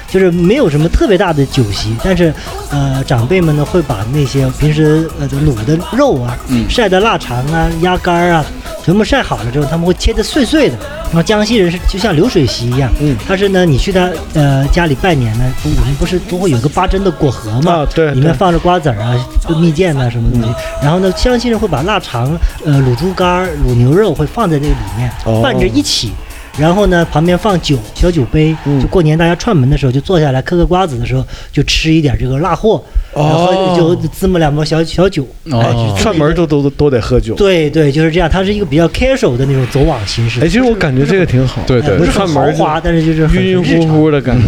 Speaker 8: 就是没有什么特别大的酒席，但是呃，长辈们呢会把那些平时呃卤的肉啊、
Speaker 1: 嗯
Speaker 8: 晒的腊肠啊、鸭肝儿啊，全部晒好了之后，他们会切的碎碎的。然后江西人是就像流水席一样，
Speaker 1: 嗯
Speaker 8: 但是呢，你去他呃家里拜年呢，不我们不是都会有个八珍的果核吗？
Speaker 1: 啊，对
Speaker 8: 里
Speaker 1: 对
Speaker 8: 面，放着瓜子儿啊、蜜饯呐、什么东西。然后呢，江西人会把腊肠、呃卤猪肝儿、卤牛肉会放在这个里面
Speaker 1: 哦
Speaker 8: 拌着一起。然后呢，旁边放酒，小酒杯，
Speaker 1: 嗯
Speaker 8: 就过年大家串门的时候，就坐下来嗑嗑瓜子的时候，就吃一点这个辣货，然后就滋么两包小小酒，哎，就这么一个
Speaker 1: 串门儿都都都得喝酒。
Speaker 8: 对对，就是这样，它是一个比较 casual 的那种走网形式，
Speaker 1: 哎，其实我感觉这个挺好，
Speaker 2: 对
Speaker 8: 哎不
Speaker 2: 对
Speaker 8: 是
Speaker 1: 串
Speaker 8: 很
Speaker 1: 门
Speaker 8: 豪
Speaker 1: 儿
Speaker 8: 华，但是就是很
Speaker 1: 晕晕乎。
Speaker 8: 很日常
Speaker 1: 乎的 感觉。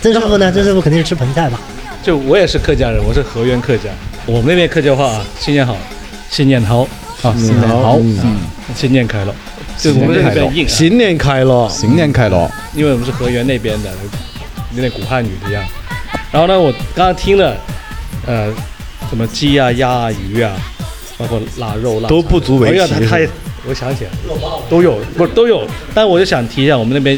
Speaker 8: 曾师傅呢？曾师傅肯定是吃盆菜吧？
Speaker 10: 就我也是客家人，我是河源客家，我们那边客家话啊，新年好，新年好，
Speaker 2: 啊，新年好，嗯，
Speaker 10: 新年开乐，就是我们这边硬、啊，
Speaker 1: 新年开了，
Speaker 2: 新年开锣，
Speaker 10: 因为我们是河源那边的，有点古汉语的样。然后呢，我刚刚听了，呃，什么鸡啊、鸭啊、鱼啊，包括腊肉、腊肠
Speaker 1: 都不足为奇
Speaker 10: 哎呀，他他也，我想起来了，都有不是都有，但我就想提一下，我们那边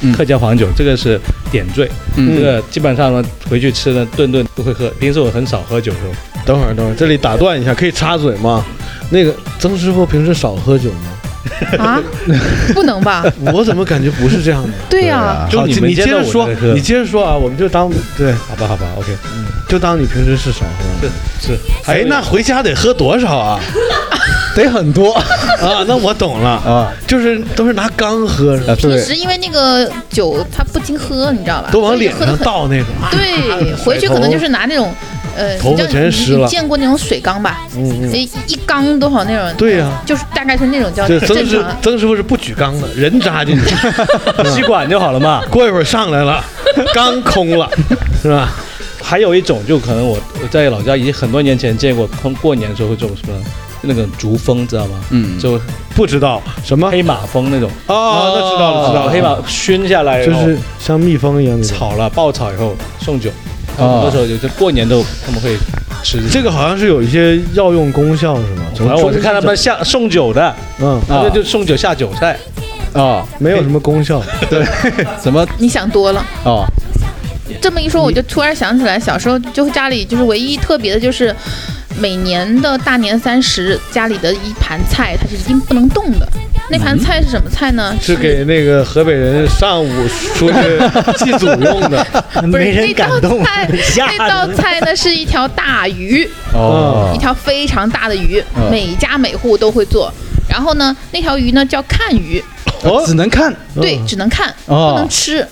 Speaker 2: 嗯
Speaker 10: 客家黄酒，这个是点缀，这个基本上呢回去吃呢，顿顿都会喝。平时我很少喝酒的，
Speaker 1: 等会儿，等会儿，这里打断一下，可以插嘴吗？那个曾师傅平时少喝酒吗？
Speaker 4: 啊，不能吧？
Speaker 1: 我怎么感觉不是这样 的？
Speaker 4: 对呀、
Speaker 1: 好
Speaker 10: 就你们
Speaker 1: 接
Speaker 10: 见到
Speaker 1: 着
Speaker 10: 我
Speaker 1: 说
Speaker 10: 在喝，
Speaker 1: 你接着说啊，我们就当对，
Speaker 10: 好吧，好吧，OK，
Speaker 1: 就当你平时是少喝。
Speaker 10: 是。还有
Speaker 1: 哎
Speaker 10: 一，个
Speaker 1: 那回家得喝多少 啊？
Speaker 2: 得很多
Speaker 1: 啊，那我懂了，
Speaker 2: 啊，
Speaker 1: 就是都是拿缸喝，
Speaker 2: 啊
Speaker 4: 平
Speaker 2: 对，
Speaker 4: 时因为那个酒它不经喝，你知道吧？
Speaker 1: 都往脸
Speaker 4: 所以喝
Speaker 1: 上
Speaker 4: 得很
Speaker 1: 倒那种。
Speaker 4: 对，回去可能就是拿那种呃，
Speaker 1: 头发
Speaker 4: 你知道
Speaker 1: 全
Speaker 4: 你
Speaker 1: 湿
Speaker 4: 你
Speaker 1: 了
Speaker 4: 见过那种水缸吧？
Speaker 1: 嗯嗯
Speaker 4: 一一缸多少那种？
Speaker 1: 对呀
Speaker 4: 就是大概是那种叫
Speaker 1: 这
Speaker 4: 正
Speaker 1: 曾师
Speaker 4: 常。
Speaker 1: 曾师傅是不举缸的，人扎进去， 吸管就好了嘛。过一会儿上来 了，缸空了，是吧？
Speaker 10: 还有一种就可能我我在老家已经很多年前见过，过过年的时候会种什么那个竹蜂，知道吗？
Speaker 3: 嗯
Speaker 10: 就
Speaker 1: 不知道什么
Speaker 10: 黑马蜂啊那种。
Speaker 1: 哦那知道了知道了
Speaker 10: 黑马熏下来，
Speaker 1: 就
Speaker 10: 然后
Speaker 1: 是像蜜蜂一样那种。
Speaker 10: 炒了爆炒以后送酒，
Speaker 1: 哦
Speaker 10: 很多时候就是过年都他们会吃
Speaker 1: 这个好像是有一些药用功效，是吗？
Speaker 10: 反正我是看他们下送酒的，
Speaker 1: 嗯，
Speaker 10: 他们就送酒下酒菜。
Speaker 2: 啊，
Speaker 1: 没有什么功效，
Speaker 2: 对，什么
Speaker 4: 你想多了。
Speaker 2: 哦，
Speaker 4: 这么一说，我就突然想起来，小时候就家里就是唯一特别的就是。每年的大年三十，家里的一盘菜它是一定不能动的。那盘菜是什么菜呢？
Speaker 1: 嗯是给那个河北人上午出去祭祖用的，
Speaker 4: 不是那道菜，那道菜呢是一条大鱼，
Speaker 1: 哦
Speaker 4: 一条非常大的鱼
Speaker 1: 嗯，
Speaker 4: 每家每户都会做。然后呢，那条鱼呢叫看鱼，
Speaker 3: 只能看，
Speaker 1: 嗯
Speaker 4: 对，只能看，
Speaker 3: 哦
Speaker 4: 不能吃。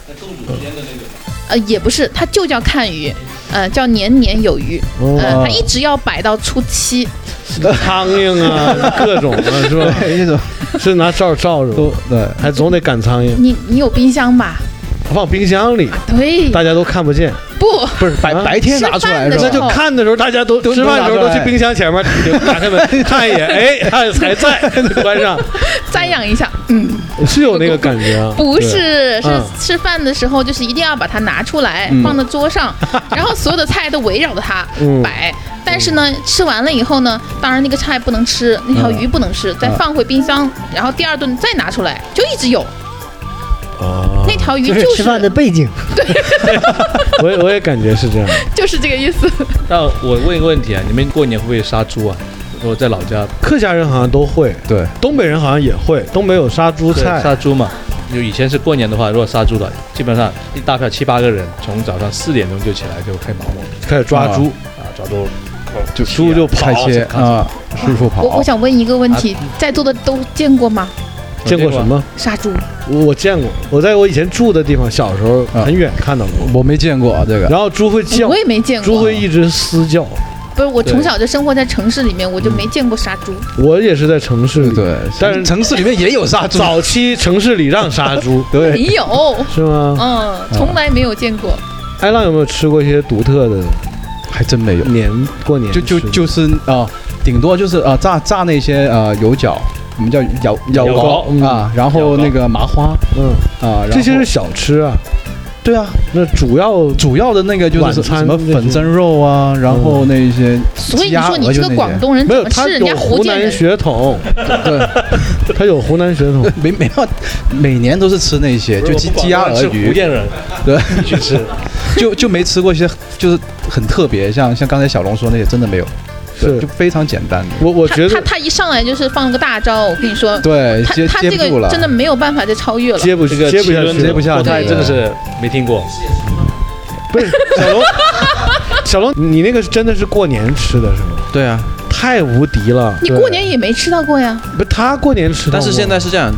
Speaker 4: 呃，也不是，它就叫看鱼，呃，叫年年有余，
Speaker 1: 哦
Speaker 4: 呃，它一直要摆到初七。
Speaker 1: 嗯苍蝇啊，各种啊，是吧？
Speaker 2: 那种
Speaker 1: 是拿罩罩着，
Speaker 2: 对，
Speaker 1: 还总得赶苍蝇，
Speaker 4: 你你有冰箱吧？
Speaker 1: 放冰箱里，
Speaker 4: 对，
Speaker 1: 大家都看不见。
Speaker 4: 哎不，
Speaker 1: 不是白
Speaker 2: 白天
Speaker 1: 拿
Speaker 2: 拿
Speaker 1: 出
Speaker 2: 出
Speaker 1: 来是
Speaker 2: 来是
Speaker 1: 吧？
Speaker 2: 吧
Speaker 1: 那就看的时候，大家都
Speaker 2: 都
Speaker 1: 吃饭的时候
Speaker 2: 都
Speaker 1: 都
Speaker 2: 拿出
Speaker 1: 去
Speaker 2: 来
Speaker 1: 冰箱前面打开门看一眼，哎，它还在，关上，
Speaker 4: 瞻仰一下，嗯，
Speaker 1: 是有那个感觉啊？
Speaker 4: 不是，
Speaker 1: 对
Speaker 4: 是吃饭的时候就是一定要把它拿出来，
Speaker 1: 嗯
Speaker 4: 放到 桌上，然后所有的菜都围绕着它
Speaker 1: 嗯
Speaker 4: 摆。但是呢，吃完了以后呢，当然那个菜不能吃，那条
Speaker 1: 嗯
Speaker 4: 鱼不能吃，再
Speaker 1: 嗯
Speaker 4: 放回冰箱，然后第二顿再拿出来，就一直有。
Speaker 1: 哦
Speaker 4: 那条鱼
Speaker 8: 就是
Speaker 4: 就
Speaker 8: 吃
Speaker 4: 是
Speaker 8: 饭的背景。
Speaker 1: 我也我也感觉是这样。
Speaker 4: 就是这个意思。
Speaker 10: 但我问一个问题啊，你们过年会不会杀猪啊？我在老家
Speaker 1: 客家人好像都会，
Speaker 2: 对，
Speaker 1: 东北人好像也会，东北有杀猪
Speaker 10: 对
Speaker 1: 菜，
Speaker 10: 杀猪嘛，就以前是过年的话，如果杀猪的，基本上一大票七八个人，从早上四点钟就起来就开忙了，
Speaker 1: 开始抓猪
Speaker 10: 啊，抓猪，
Speaker 2: 就猪就
Speaker 10: 跑
Speaker 2: 快切啊，师傅
Speaker 1: 哦
Speaker 2: 跑，
Speaker 4: 我我想问一个问题
Speaker 2: 啊，
Speaker 4: 在座的都见过吗？
Speaker 1: 见过什么？
Speaker 4: 杀猪？
Speaker 1: 我我见过，我在我以前住的地方，小时候很远看到过，
Speaker 2: 我没见过啊这个。
Speaker 1: 然后猪会叫，
Speaker 4: 我也没见
Speaker 1: 猪
Speaker 4: 过。
Speaker 1: 会一直嘶叫。
Speaker 4: 不是，我
Speaker 1: 对
Speaker 4: 从小就生活在城市里面，我就没见过杀猪。
Speaker 1: 我也是在城市里，
Speaker 2: 对，
Speaker 1: 但是
Speaker 2: 城市里面也有杀猪。
Speaker 1: 早期城市里让杀猪，
Speaker 2: 啊对
Speaker 4: 你有？
Speaker 1: 是吗？
Speaker 4: 嗯，从来没有见过。
Speaker 1: 艾浪有没有吃过一些独特的？
Speaker 2: 还真没有。
Speaker 1: 年过年
Speaker 2: 就就就是啊、顶多就是啊、炸炸那些呃油角，我们叫油
Speaker 1: 角
Speaker 2: 油
Speaker 1: 糕嗯
Speaker 2: 啊，然后那个麻花，
Speaker 1: 嗯
Speaker 2: 啊，
Speaker 1: 这些是小吃啊。
Speaker 2: 对啊，
Speaker 1: 那主要
Speaker 2: 主要的那个就
Speaker 1: 晚
Speaker 2: 是
Speaker 1: 餐
Speaker 2: 什么
Speaker 1: 那些嗯
Speaker 2: 粉蒸肉啊，然后那些
Speaker 4: 所以你说你这个广东人
Speaker 1: 没
Speaker 4: 怎
Speaker 1: 有，
Speaker 4: 么
Speaker 1: 他
Speaker 4: 吃人
Speaker 1: 有
Speaker 4: 家
Speaker 1: 湖
Speaker 4: 建
Speaker 1: 南
Speaker 4: 人？
Speaker 1: 血统， 对，他有湖南血统，
Speaker 2: 没没办法，每年都是吃那些，
Speaker 1: 不是
Speaker 2: 就鸡
Speaker 1: 我不
Speaker 2: 鸡鸭
Speaker 1: 管
Speaker 2: 鹅
Speaker 1: 是
Speaker 2: 鱼，
Speaker 1: 福建人
Speaker 2: 对，
Speaker 1: 去吃，
Speaker 2: 就就没吃过一些就是很特别，像像刚才小龙说那些真的没有，对，就非常简单的。
Speaker 1: 我我
Speaker 4: 他他他一上来就是放了个大招，我跟你 说，
Speaker 2: 对
Speaker 4: 他
Speaker 2: 接
Speaker 4: 他
Speaker 2: 接
Speaker 4: 这
Speaker 2: 不住
Speaker 4: 个
Speaker 2: 了
Speaker 4: 真的没有办法再超越了。
Speaker 1: 接不
Speaker 10: 这个
Speaker 1: 接不下
Speaker 10: 七轮
Speaker 1: 去接不下
Speaker 10: 我
Speaker 1: 去
Speaker 10: 太真的是没听过。
Speaker 1: 不是小龙，小龙，你那个是真的是过年吃的是吗？
Speaker 3: 对啊，
Speaker 1: 太无敌了。
Speaker 4: 你过年也没吃到过呀？
Speaker 1: 不，他过年吃到过，
Speaker 3: 但是现在是这样，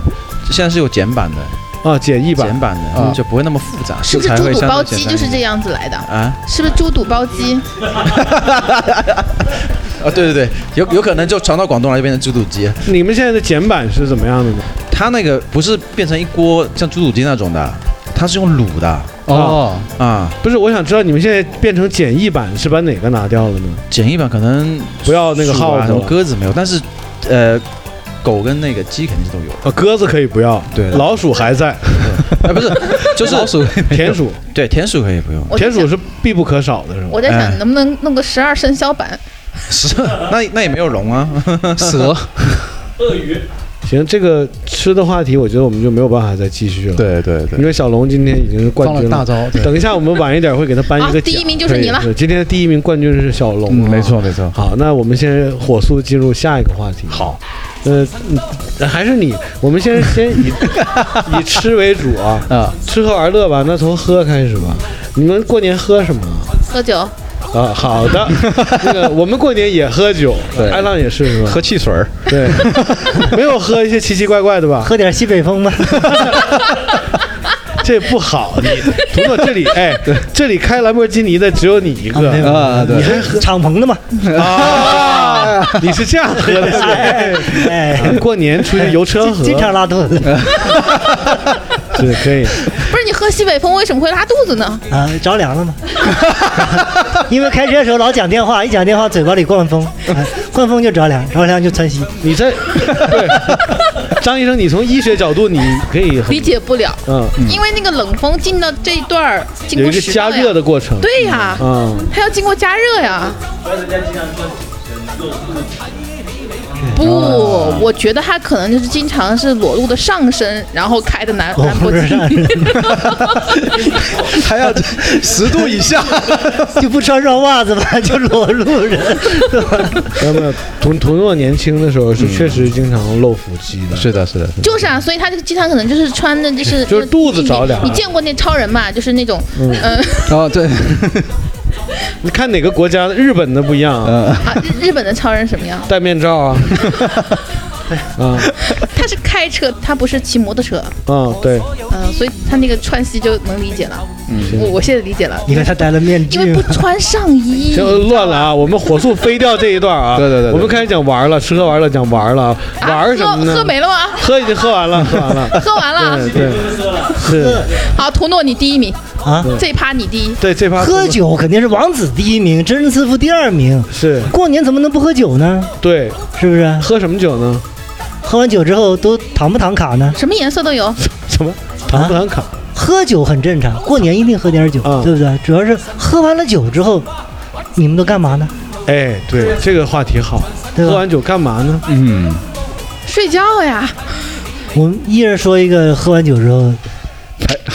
Speaker 3: 现在是有简版的，
Speaker 1: 啊，简易版，
Speaker 3: 简版的嗯就不会那么复杂，
Speaker 4: 是不是
Speaker 3: 才
Speaker 4: 猪
Speaker 3: 会
Speaker 4: 肚
Speaker 3: 相
Speaker 4: 包
Speaker 3: 对
Speaker 4: 鸡
Speaker 3: 简单
Speaker 4: 就是
Speaker 3: 一
Speaker 4: 这
Speaker 3: 点
Speaker 4: 样子来的？
Speaker 3: 啊？
Speaker 4: 是不是猪肚包鸡？
Speaker 3: 啊，对对对，有有可能就传到广东来就变成猪肚鸡。
Speaker 1: 你们现在的简版是怎么样的呢？
Speaker 3: 它那个不是变成一锅像猪肚鸡那种的，它是用卤的。
Speaker 2: 哦
Speaker 3: 啊，
Speaker 1: 不是，我想知道你们现在变成简易版是把哪个拿掉了呢？
Speaker 3: 简易版可能
Speaker 1: 不要那个
Speaker 3: 鼠
Speaker 1: 耗
Speaker 3: 啊
Speaker 1: 子
Speaker 3: 什么
Speaker 1: 了
Speaker 3: 鸽子没有，但是呃，狗跟那个鸡肯定是都有。
Speaker 1: 啊，鸽子可以不要，对，老鼠还在，
Speaker 3: 哎，不是，就是老
Speaker 2: 鼠、
Speaker 1: 田鼠，
Speaker 3: 对，田鼠可以不用。
Speaker 4: 我在
Speaker 1: 田
Speaker 4: 想
Speaker 1: 鼠是必不可少的，是吗？
Speaker 4: 我在想
Speaker 3: 哎
Speaker 4: 能不能弄个十二生肖版？
Speaker 3: 蛇，那那也没有龙啊，
Speaker 2: 蛇、
Speaker 10: 鳄鱼，
Speaker 1: 行，这个吃的话题，我觉得我们就没有办法再继续了。
Speaker 2: 对对对
Speaker 1: 因为小龙今天已经是冠军
Speaker 2: 放了大招对
Speaker 1: 等一下我们晚一点会给他颁一个
Speaker 4: 啊
Speaker 1: 奖。
Speaker 4: 第一名就是你了
Speaker 1: 对今天的第一名冠军是小龙、
Speaker 2: 嗯
Speaker 1: 啊
Speaker 2: 没错没错
Speaker 1: 好，那我们先火速进入下一个话题。
Speaker 2: 好，
Speaker 1: 呃，嗯还是你，我们先先 以以吃为主啊，
Speaker 2: 啊，
Speaker 1: 吃喝玩乐吧。那从喝开始吧。你们过年喝什么啊？
Speaker 4: 喝酒，
Speaker 1: 啊，好 的，那个我们过年也喝酒，
Speaker 2: 对
Speaker 1: 艾浪也是是吧？
Speaker 2: 喝汽水儿，
Speaker 1: 对，没有喝一些奇奇怪怪的吧？
Speaker 8: 喝点西北风吧。
Speaker 1: 这不好，你读到这里，哎，这里开兰博基尼的只有你一啊个
Speaker 8: 没有
Speaker 1: 嗯对
Speaker 8: 你还喝敞篷的嘛？
Speaker 1: 啊， 你是这样喝的是吧？哎，过年出去游车河，
Speaker 8: 经经常
Speaker 1: 拉肚子，是可以
Speaker 4: 不是你喝西北风为什么会拉肚子呢？
Speaker 8: 啊，着凉了吗？ 因为开车的时候老讲电话，一讲电话嘴巴里灌风，哎灌风就着凉，着凉就窜稀。
Speaker 1: 你 这张医生，你从医学角度你可以很
Speaker 4: 理解不了，
Speaker 1: 嗯，
Speaker 4: 因为那个冷风进到这一段儿，经
Speaker 1: 有
Speaker 4: 过
Speaker 1: 一个
Speaker 4: 食
Speaker 1: 加
Speaker 4: 道呀
Speaker 1: 热的过程，
Speaker 4: 对呀，
Speaker 1: 嗯，
Speaker 4: 它要经过加热呀。不，
Speaker 1: 哦
Speaker 4: 我觉得他可能就是经常是裸露的上身，然后开的南
Speaker 1: 哦
Speaker 8: 我
Speaker 4: 兰博
Speaker 8: 不
Speaker 4: 基
Speaker 8: 是上
Speaker 4: 尼。
Speaker 8: 人，
Speaker 1: 啊
Speaker 2: 还要十度以下
Speaker 8: 就不穿双袜子吧， 就裸露人。
Speaker 1: 那么童童诺年轻的时候是确实经常露腹肌的，
Speaker 2: 是的，是的，
Speaker 4: 就是啊，所以他这个经常可能就是穿的就是
Speaker 1: 就是肚子着凉啊
Speaker 4: 你见过那超人吧？就是那种，
Speaker 1: 嗯
Speaker 4: 呃，
Speaker 2: 哦，对，
Speaker 1: 你看哪个国家的？日本的不一样啊，
Speaker 4: 啊日日本的超人什么样？
Speaker 1: 戴面罩 啊，啊
Speaker 4: 他是开车，他不是骑摩托车，
Speaker 1: 啊，对，
Speaker 4: 嗯、所以他那个穿西就能理解了。
Speaker 1: 嗯
Speaker 4: 我我现在理解了，
Speaker 8: 你看他戴了面具，
Speaker 4: 不穿上衣。
Speaker 1: 行，乱了啊！我们火速飞掉这一段啊！对对对，我们开始讲玩了，吃喝玩乐讲玩了，啊玩什么呢？
Speaker 4: 啊喝啊喝没 了吗？
Speaker 1: 喝已经喝完了，喝完了，
Speaker 4: 喝完了
Speaker 1: 对对，是
Speaker 4: 好，图诺你第一名
Speaker 8: 啊
Speaker 1: 嗯
Speaker 4: 这一趴你第一。
Speaker 1: 对这趴
Speaker 8: 喝酒肯定是王子第一名，真人赐福第二名。
Speaker 1: 是
Speaker 8: 过年怎么能不喝酒呢？
Speaker 1: 对，
Speaker 8: 是不是？
Speaker 1: 喝什么酒呢？
Speaker 8: 喝完酒之后都躺不躺卡呢？
Speaker 4: 什么颜色 都有，
Speaker 1: 什么
Speaker 8: 啊
Speaker 1: 糖不糖卡？
Speaker 8: 喝酒很正常，过年一定喝点酒，
Speaker 1: 嗯
Speaker 8: 对不对？主要是喝完了酒之后，你们都干嘛呢？
Speaker 1: 哎，对，这个话题好。
Speaker 8: 对吧
Speaker 1: 喝完酒干嘛呢？嗯，
Speaker 4: 睡觉呀，
Speaker 8: 我们一人说一个喝完酒之后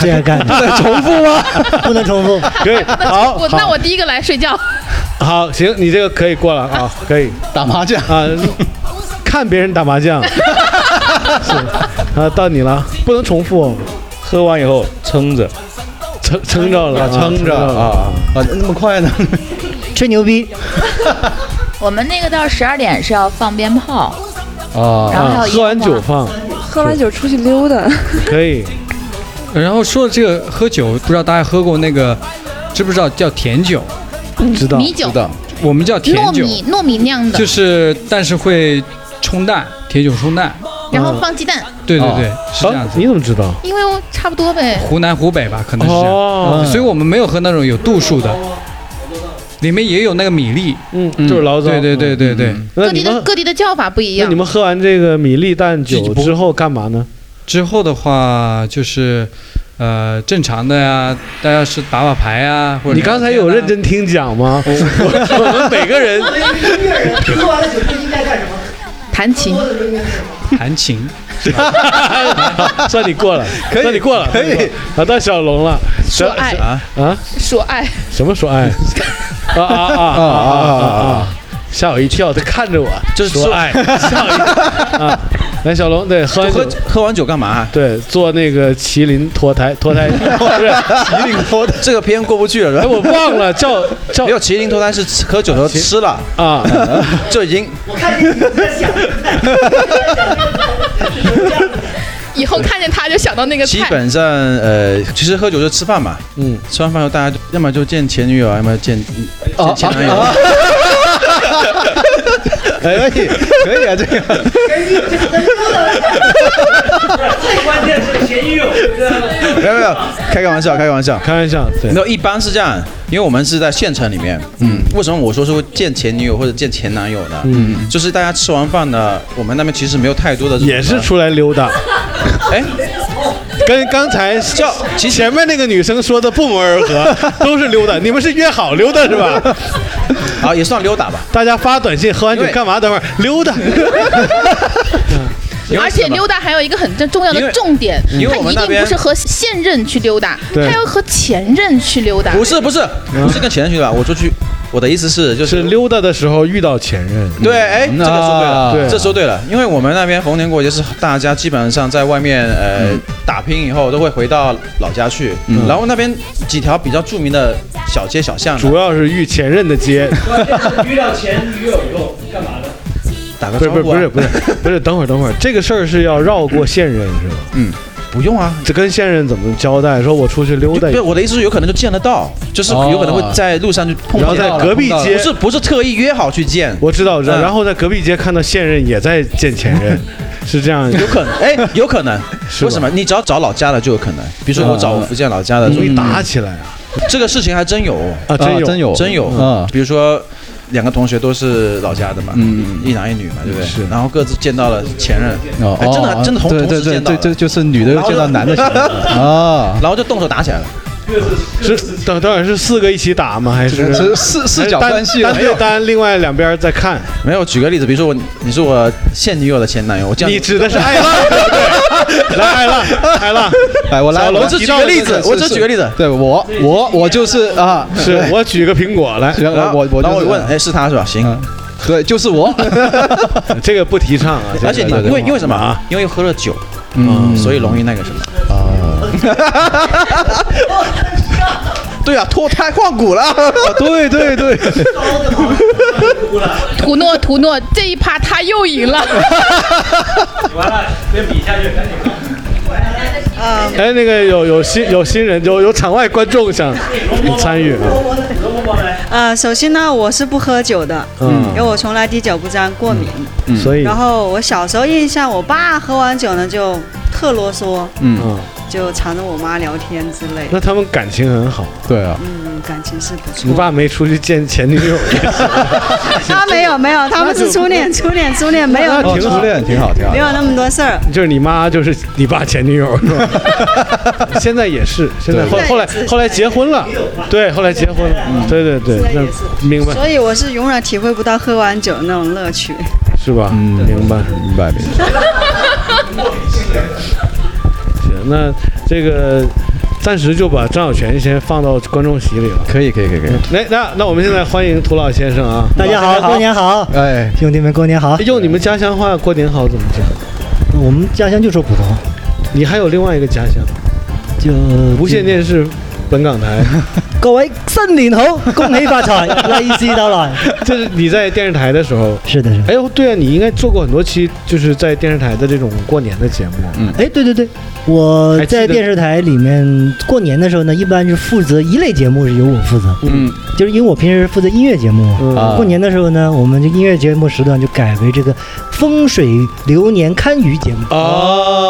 Speaker 8: 这样干的，
Speaker 1: 重复吗？
Speaker 8: 不能重复。
Speaker 1: 可以，好，
Speaker 4: 我
Speaker 1: 好
Speaker 4: 那我第一个来睡觉。
Speaker 1: 好，行，你这个可以过了啊，可以
Speaker 2: 打麻将
Speaker 1: 啊，看别人打麻将。是啊，到你了，不能重复哦。
Speaker 10: 喝完以后撑着，
Speaker 1: 撑撑着了，
Speaker 2: 撑着啊啊，那么快 呢？
Speaker 8: 吹 牛逼，
Speaker 7: 我们那个到十二点是要放鞭炮，
Speaker 1: 啊
Speaker 7: 然后还有
Speaker 1: 喝完
Speaker 7: 烟花
Speaker 1: 酒放
Speaker 6: 喝完酒出去溜达，
Speaker 1: 可以。
Speaker 9: 然后说这个喝酒，不知道大家喝过那个，知不知道叫甜酒？
Speaker 1: 知
Speaker 4: 道米酒知道，
Speaker 9: 我们叫甜
Speaker 4: 糯
Speaker 9: 酒，
Speaker 4: 米糯米酿的，
Speaker 9: 就是但是会冲淡，甜酒冲淡。
Speaker 4: 然
Speaker 1: 嗯
Speaker 4: 后放鸡蛋，
Speaker 9: 对对对，
Speaker 1: 哦
Speaker 9: 是这样子。
Speaker 1: 啊你怎么知道？
Speaker 4: 因为我差不多呗。
Speaker 9: 湖南、湖北吧，可能是这样。
Speaker 1: 哦
Speaker 9: 嗯所以我们没有喝那种有度数的，里面也有那个米粒。
Speaker 1: 嗯，就是醪糟嗯
Speaker 9: 对对对对对。
Speaker 1: 那
Speaker 4: 各
Speaker 1: 你
Speaker 4: 地的
Speaker 1: 们
Speaker 4: 各地的叫法不一
Speaker 1: 那
Speaker 7: 啊
Speaker 4: 样
Speaker 1: 你。们喝完这个米粒蛋酒之后干嘛呢？
Speaker 9: 之后的话就是，呃，正常的呀，大家是打打牌啊，或者
Speaker 1: 你刚才有认真听讲吗？我我们每个人
Speaker 8: 喝完了酒就应该干什么？
Speaker 4: 弹琴，
Speaker 9: 弹琴。
Speaker 1: 算你过了，
Speaker 2: 可以
Speaker 1: 算你过了，
Speaker 2: 可以
Speaker 1: 算你过了。好，到小龙了。
Speaker 4: 说爱
Speaker 1: 啊啊！
Speaker 4: 说爱，
Speaker 1: 什么说爱？啊啊啊啊啊啊！吓我一跳，他看着我，
Speaker 3: 就是
Speaker 1: 说
Speaker 3: 说
Speaker 1: 爱，吓我一跳。啊来，小龙，对，喝完酒
Speaker 3: 喝喝完酒干嘛？啊
Speaker 1: 对，做那个麒麟脱胎脱胎，不是
Speaker 3: 麒麟脱胎，这个偏过不去了。
Speaker 1: 哎我忘了叫叫
Speaker 3: 没有麒麟脱胎是吃喝酒的时候 吃了
Speaker 1: 啊，
Speaker 3: 就已经
Speaker 4: 以后看见他就想到那个
Speaker 3: 基
Speaker 4: 菜。
Speaker 3: 本上呃，其实喝酒就吃饭嘛，
Speaker 1: 嗯，
Speaker 3: 吃完饭后大家就要么就见前女友，啊要么见
Speaker 1: 哦
Speaker 3: 见前男友。
Speaker 2: 哎，可以可以啊，这个
Speaker 5: 最关键是前女友，
Speaker 3: 没有没有，开个玩笑，开个玩笑，
Speaker 1: 开玩笑。对
Speaker 3: 没，有，一般是这样，因为我们是在县城里面。嗯，为什么我说是会见前女友或者见前男友呢？
Speaker 1: 嗯
Speaker 3: 嗯，就是大家吃完饭呢，我们那边其实没有太多的这种
Speaker 1: 也是出来溜达。
Speaker 3: 哎，
Speaker 1: 跟刚才叫前面那个女生说的不谋而合，都是溜达。你们是约好溜达是吧？
Speaker 3: 啊，也算溜达吧。
Speaker 1: 大家发短信，喝完酒干嘛？等会儿溜达。
Speaker 3: 因为
Speaker 4: 而且
Speaker 3: 什么
Speaker 4: 溜达还有一个很重重要
Speaker 3: 因
Speaker 4: 的
Speaker 3: 为嗯
Speaker 4: 重点，
Speaker 3: 因为
Speaker 4: 他
Speaker 3: 我们
Speaker 4: 一
Speaker 3: 那
Speaker 4: 定
Speaker 3: 边
Speaker 4: 不是和现任去溜达，
Speaker 1: 对
Speaker 4: 他要和前任去溜达。
Speaker 3: 不是不是
Speaker 1: 嗯
Speaker 3: 不是跟前任去的吧？我出去，我的意思是就是是。
Speaker 1: 溜达的时候遇到前任，
Speaker 3: 对，哎，这个说对
Speaker 2: 啊
Speaker 1: 嗯对
Speaker 3: 了，这说对了，因为我们那边逢年过节是大家基本上在外面呃
Speaker 1: 嗯
Speaker 3: 打拼以后都会回到老家去，然后那边几条比较著名的小街小巷呢，
Speaker 1: 主要是遇前任的 街。
Speaker 10: 遇到前女友以后干嘛呢？
Speaker 3: 打个
Speaker 1: 不是
Speaker 3: 招
Speaker 1: 不是不
Speaker 3: 呼啊
Speaker 1: 是不是不是，等会儿等会儿，这个事儿是要绕过现任是吧？
Speaker 3: 嗯，不用啊，
Speaker 1: 这跟现任怎么交代？说我出去溜达一
Speaker 3: 对，我的意思是有可能就见得到，就是有可能会在路上就碰
Speaker 1: 哦然后
Speaker 3: 到，
Speaker 1: 在隔壁街，
Speaker 3: 不是不是特意约好去见，
Speaker 1: 我知道，我知道。
Speaker 3: 嗯
Speaker 1: 然后在隔壁街看到现任也在见前 任， 是这样。
Speaker 3: 有可能，哎，有可能，
Speaker 1: 吧
Speaker 3: 为什么？你只要找老家的就有可能，比如说我找我福建老家的，
Speaker 1: 嗯
Speaker 3: 就
Speaker 1: 容易打起来啊。
Speaker 3: 这个事情还真有
Speaker 1: 啊真有
Speaker 3: 嗯真有，真有
Speaker 1: 嗯
Speaker 3: 比如说。两个同学都是老家的嘛，
Speaker 2: 嗯
Speaker 3: 一男一女嘛，对不对？
Speaker 2: 是
Speaker 3: 然后各自见到了前任，
Speaker 2: 哦
Speaker 3: 哎，真的真的同
Speaker 2: 对
Speaker 3: 同
Speaker 2: 对
Speaker 3: 时
Speaker 2: 对
Speaker 3: 见到
Speaker 2: 对，
Speaker 3: 了，
Speaker 2: 就就是女的
Speaker 3: 然后
Speaker 2: 见到
Speaker 3: 就
Speaker 2: 男的啊，
Speaker 3: 然后就动手打起来了。
Speaker 1: 是当当然是四个一起打吗？还是
Speaker 2: 是四四角关系
Speaker 1: 单单对单，另外两边在看。
Speaker 3: 没有，举个例子，比如说我你是我现女友的前男友，我这样
Speaker 1: 你指的是艾浪， 对不对来艾浪，艾浪，
Speaker 2: 来哎我来，
Speaker 1: 小
Speaker 2: 我
Speaker 1: 龙
Speaker 2: 来
Speaker 1: 只举个例子
Speaker 2: 是是
Speaker 1: 我只
Speaker 2: 是
Speaker 1: 举个例子
Speaker 2: 对我我我就是啊，
Speaker 1: 是
Speaker 2: 对
Speaker 1: 我举个苹果来，
Speaker 2: 行
Speaker 1: 然
Speaker 2: 我
Speaker 1: 后
Speaker 2: 我就是啊嗯
Speaker 1: 然后我
Speaker 3: 问，哎，是他是吧？行，
Speaker 2: 对，就是我，
Speaker 1: 这个不提倡啊。
Speaker 3: 而且你因为因为
Speaker 2: 嗯
Speaker 3: 什么啊？因为喝了酒，嗯，所以容易那个什么啊。对啊，脱胎换骨了。
Speaker 2: 对对对，
Speaker 4: 图诺图诺，这一趴他又赢了。
Speaker 10: 先比一下这个。
Speaker 1: 哎，那个有有新有新人，有有场外观众 想参与啊。
Speaker 11: 呃，首先呢，我是不喝酒的，
Speaker 1: 嗯
Speaker 11: 因为我从来滴酒不沾，过敏。
Speaker 1: 嗯所以
Speaker 11: 然后我小时候印象，我爸喝完酒呢就特啰嗦，
Speaker 1: 嗯，
Speaker 11: 就缠着我妈聊天之类
Speaker 1: 那
Speaker 11: 的。
Speaker 1: 他们感情很好。
Speaker 2: 对啊，
Speaker 11: 嗯，感情是不错。
Speaker 1: 你爸没出去见前女 友，
Speaker 11: 他没有 没有，他们是初恋，初恋，初恋，没有
Speaker 1: 那
Speaker 11: 那么
Speaker 1: 挺
Speaker 11: 多
Speaker 1: 好初恋挺好挺好
Speaker 11: 没有那么多事儿。
Speaker 1: 就是你妈就是你爸前女友是吧？ 现在也是，嗯现在后
Speaker 11: 对
Speaker 1: 后来后来结婚了，对，后来结婚了，对对对，那明白
Speaker 11: 所以我是永远体会不到喝完酒那种乐趣。
Speaker 1: 是吧？嗯，明白明白明白。行，那这个暂时就把张小泉先放到观众席里了。
Speaker 2: 可以可以可以可以。
Speaker 1: 那那那我们现在欢迎涂老先生啊！
Speaker 8: 大家好，过年好！
Speaker 2: 哎，
Speaker 8: 兄弟们，过年好！
Speaker 1: 用你们家乡话过年好怎么讲？
Speaker 8: 我们家乡就说普通话，
Speaker 1: 你还有另外一个家乡，
Speaker 8: 就
Speaker 1: 无线电视本港 台。
Speaker 8: 各位新年好，恭喜发 财，利是到来。
Speaker 1: 这是你在电视台的时候，
Speaker 8: 是的，是。
Speaker 1: 哎呦，对啊，你应该做过很多期，就是在电视台的这种过年的节目。嗯，
Speaker 8: 哎，对对对，我
Speaker 1: 还记得
Speaker 8: 在电视台里面过年的时候呢，一般是负责一类节目是由我负责，
Speaker 2: 嗯，
Speaker 8: 就是因为我平时负责音乐节目嘛，
Speaker 1: 嗯
Speaker 2: 啊
Speaker 8: 过年的时候呢，我们这音乐节目时段就改为这个风水流年堪舆节目。
Speaker 2: 啊
Speaker 1: 哦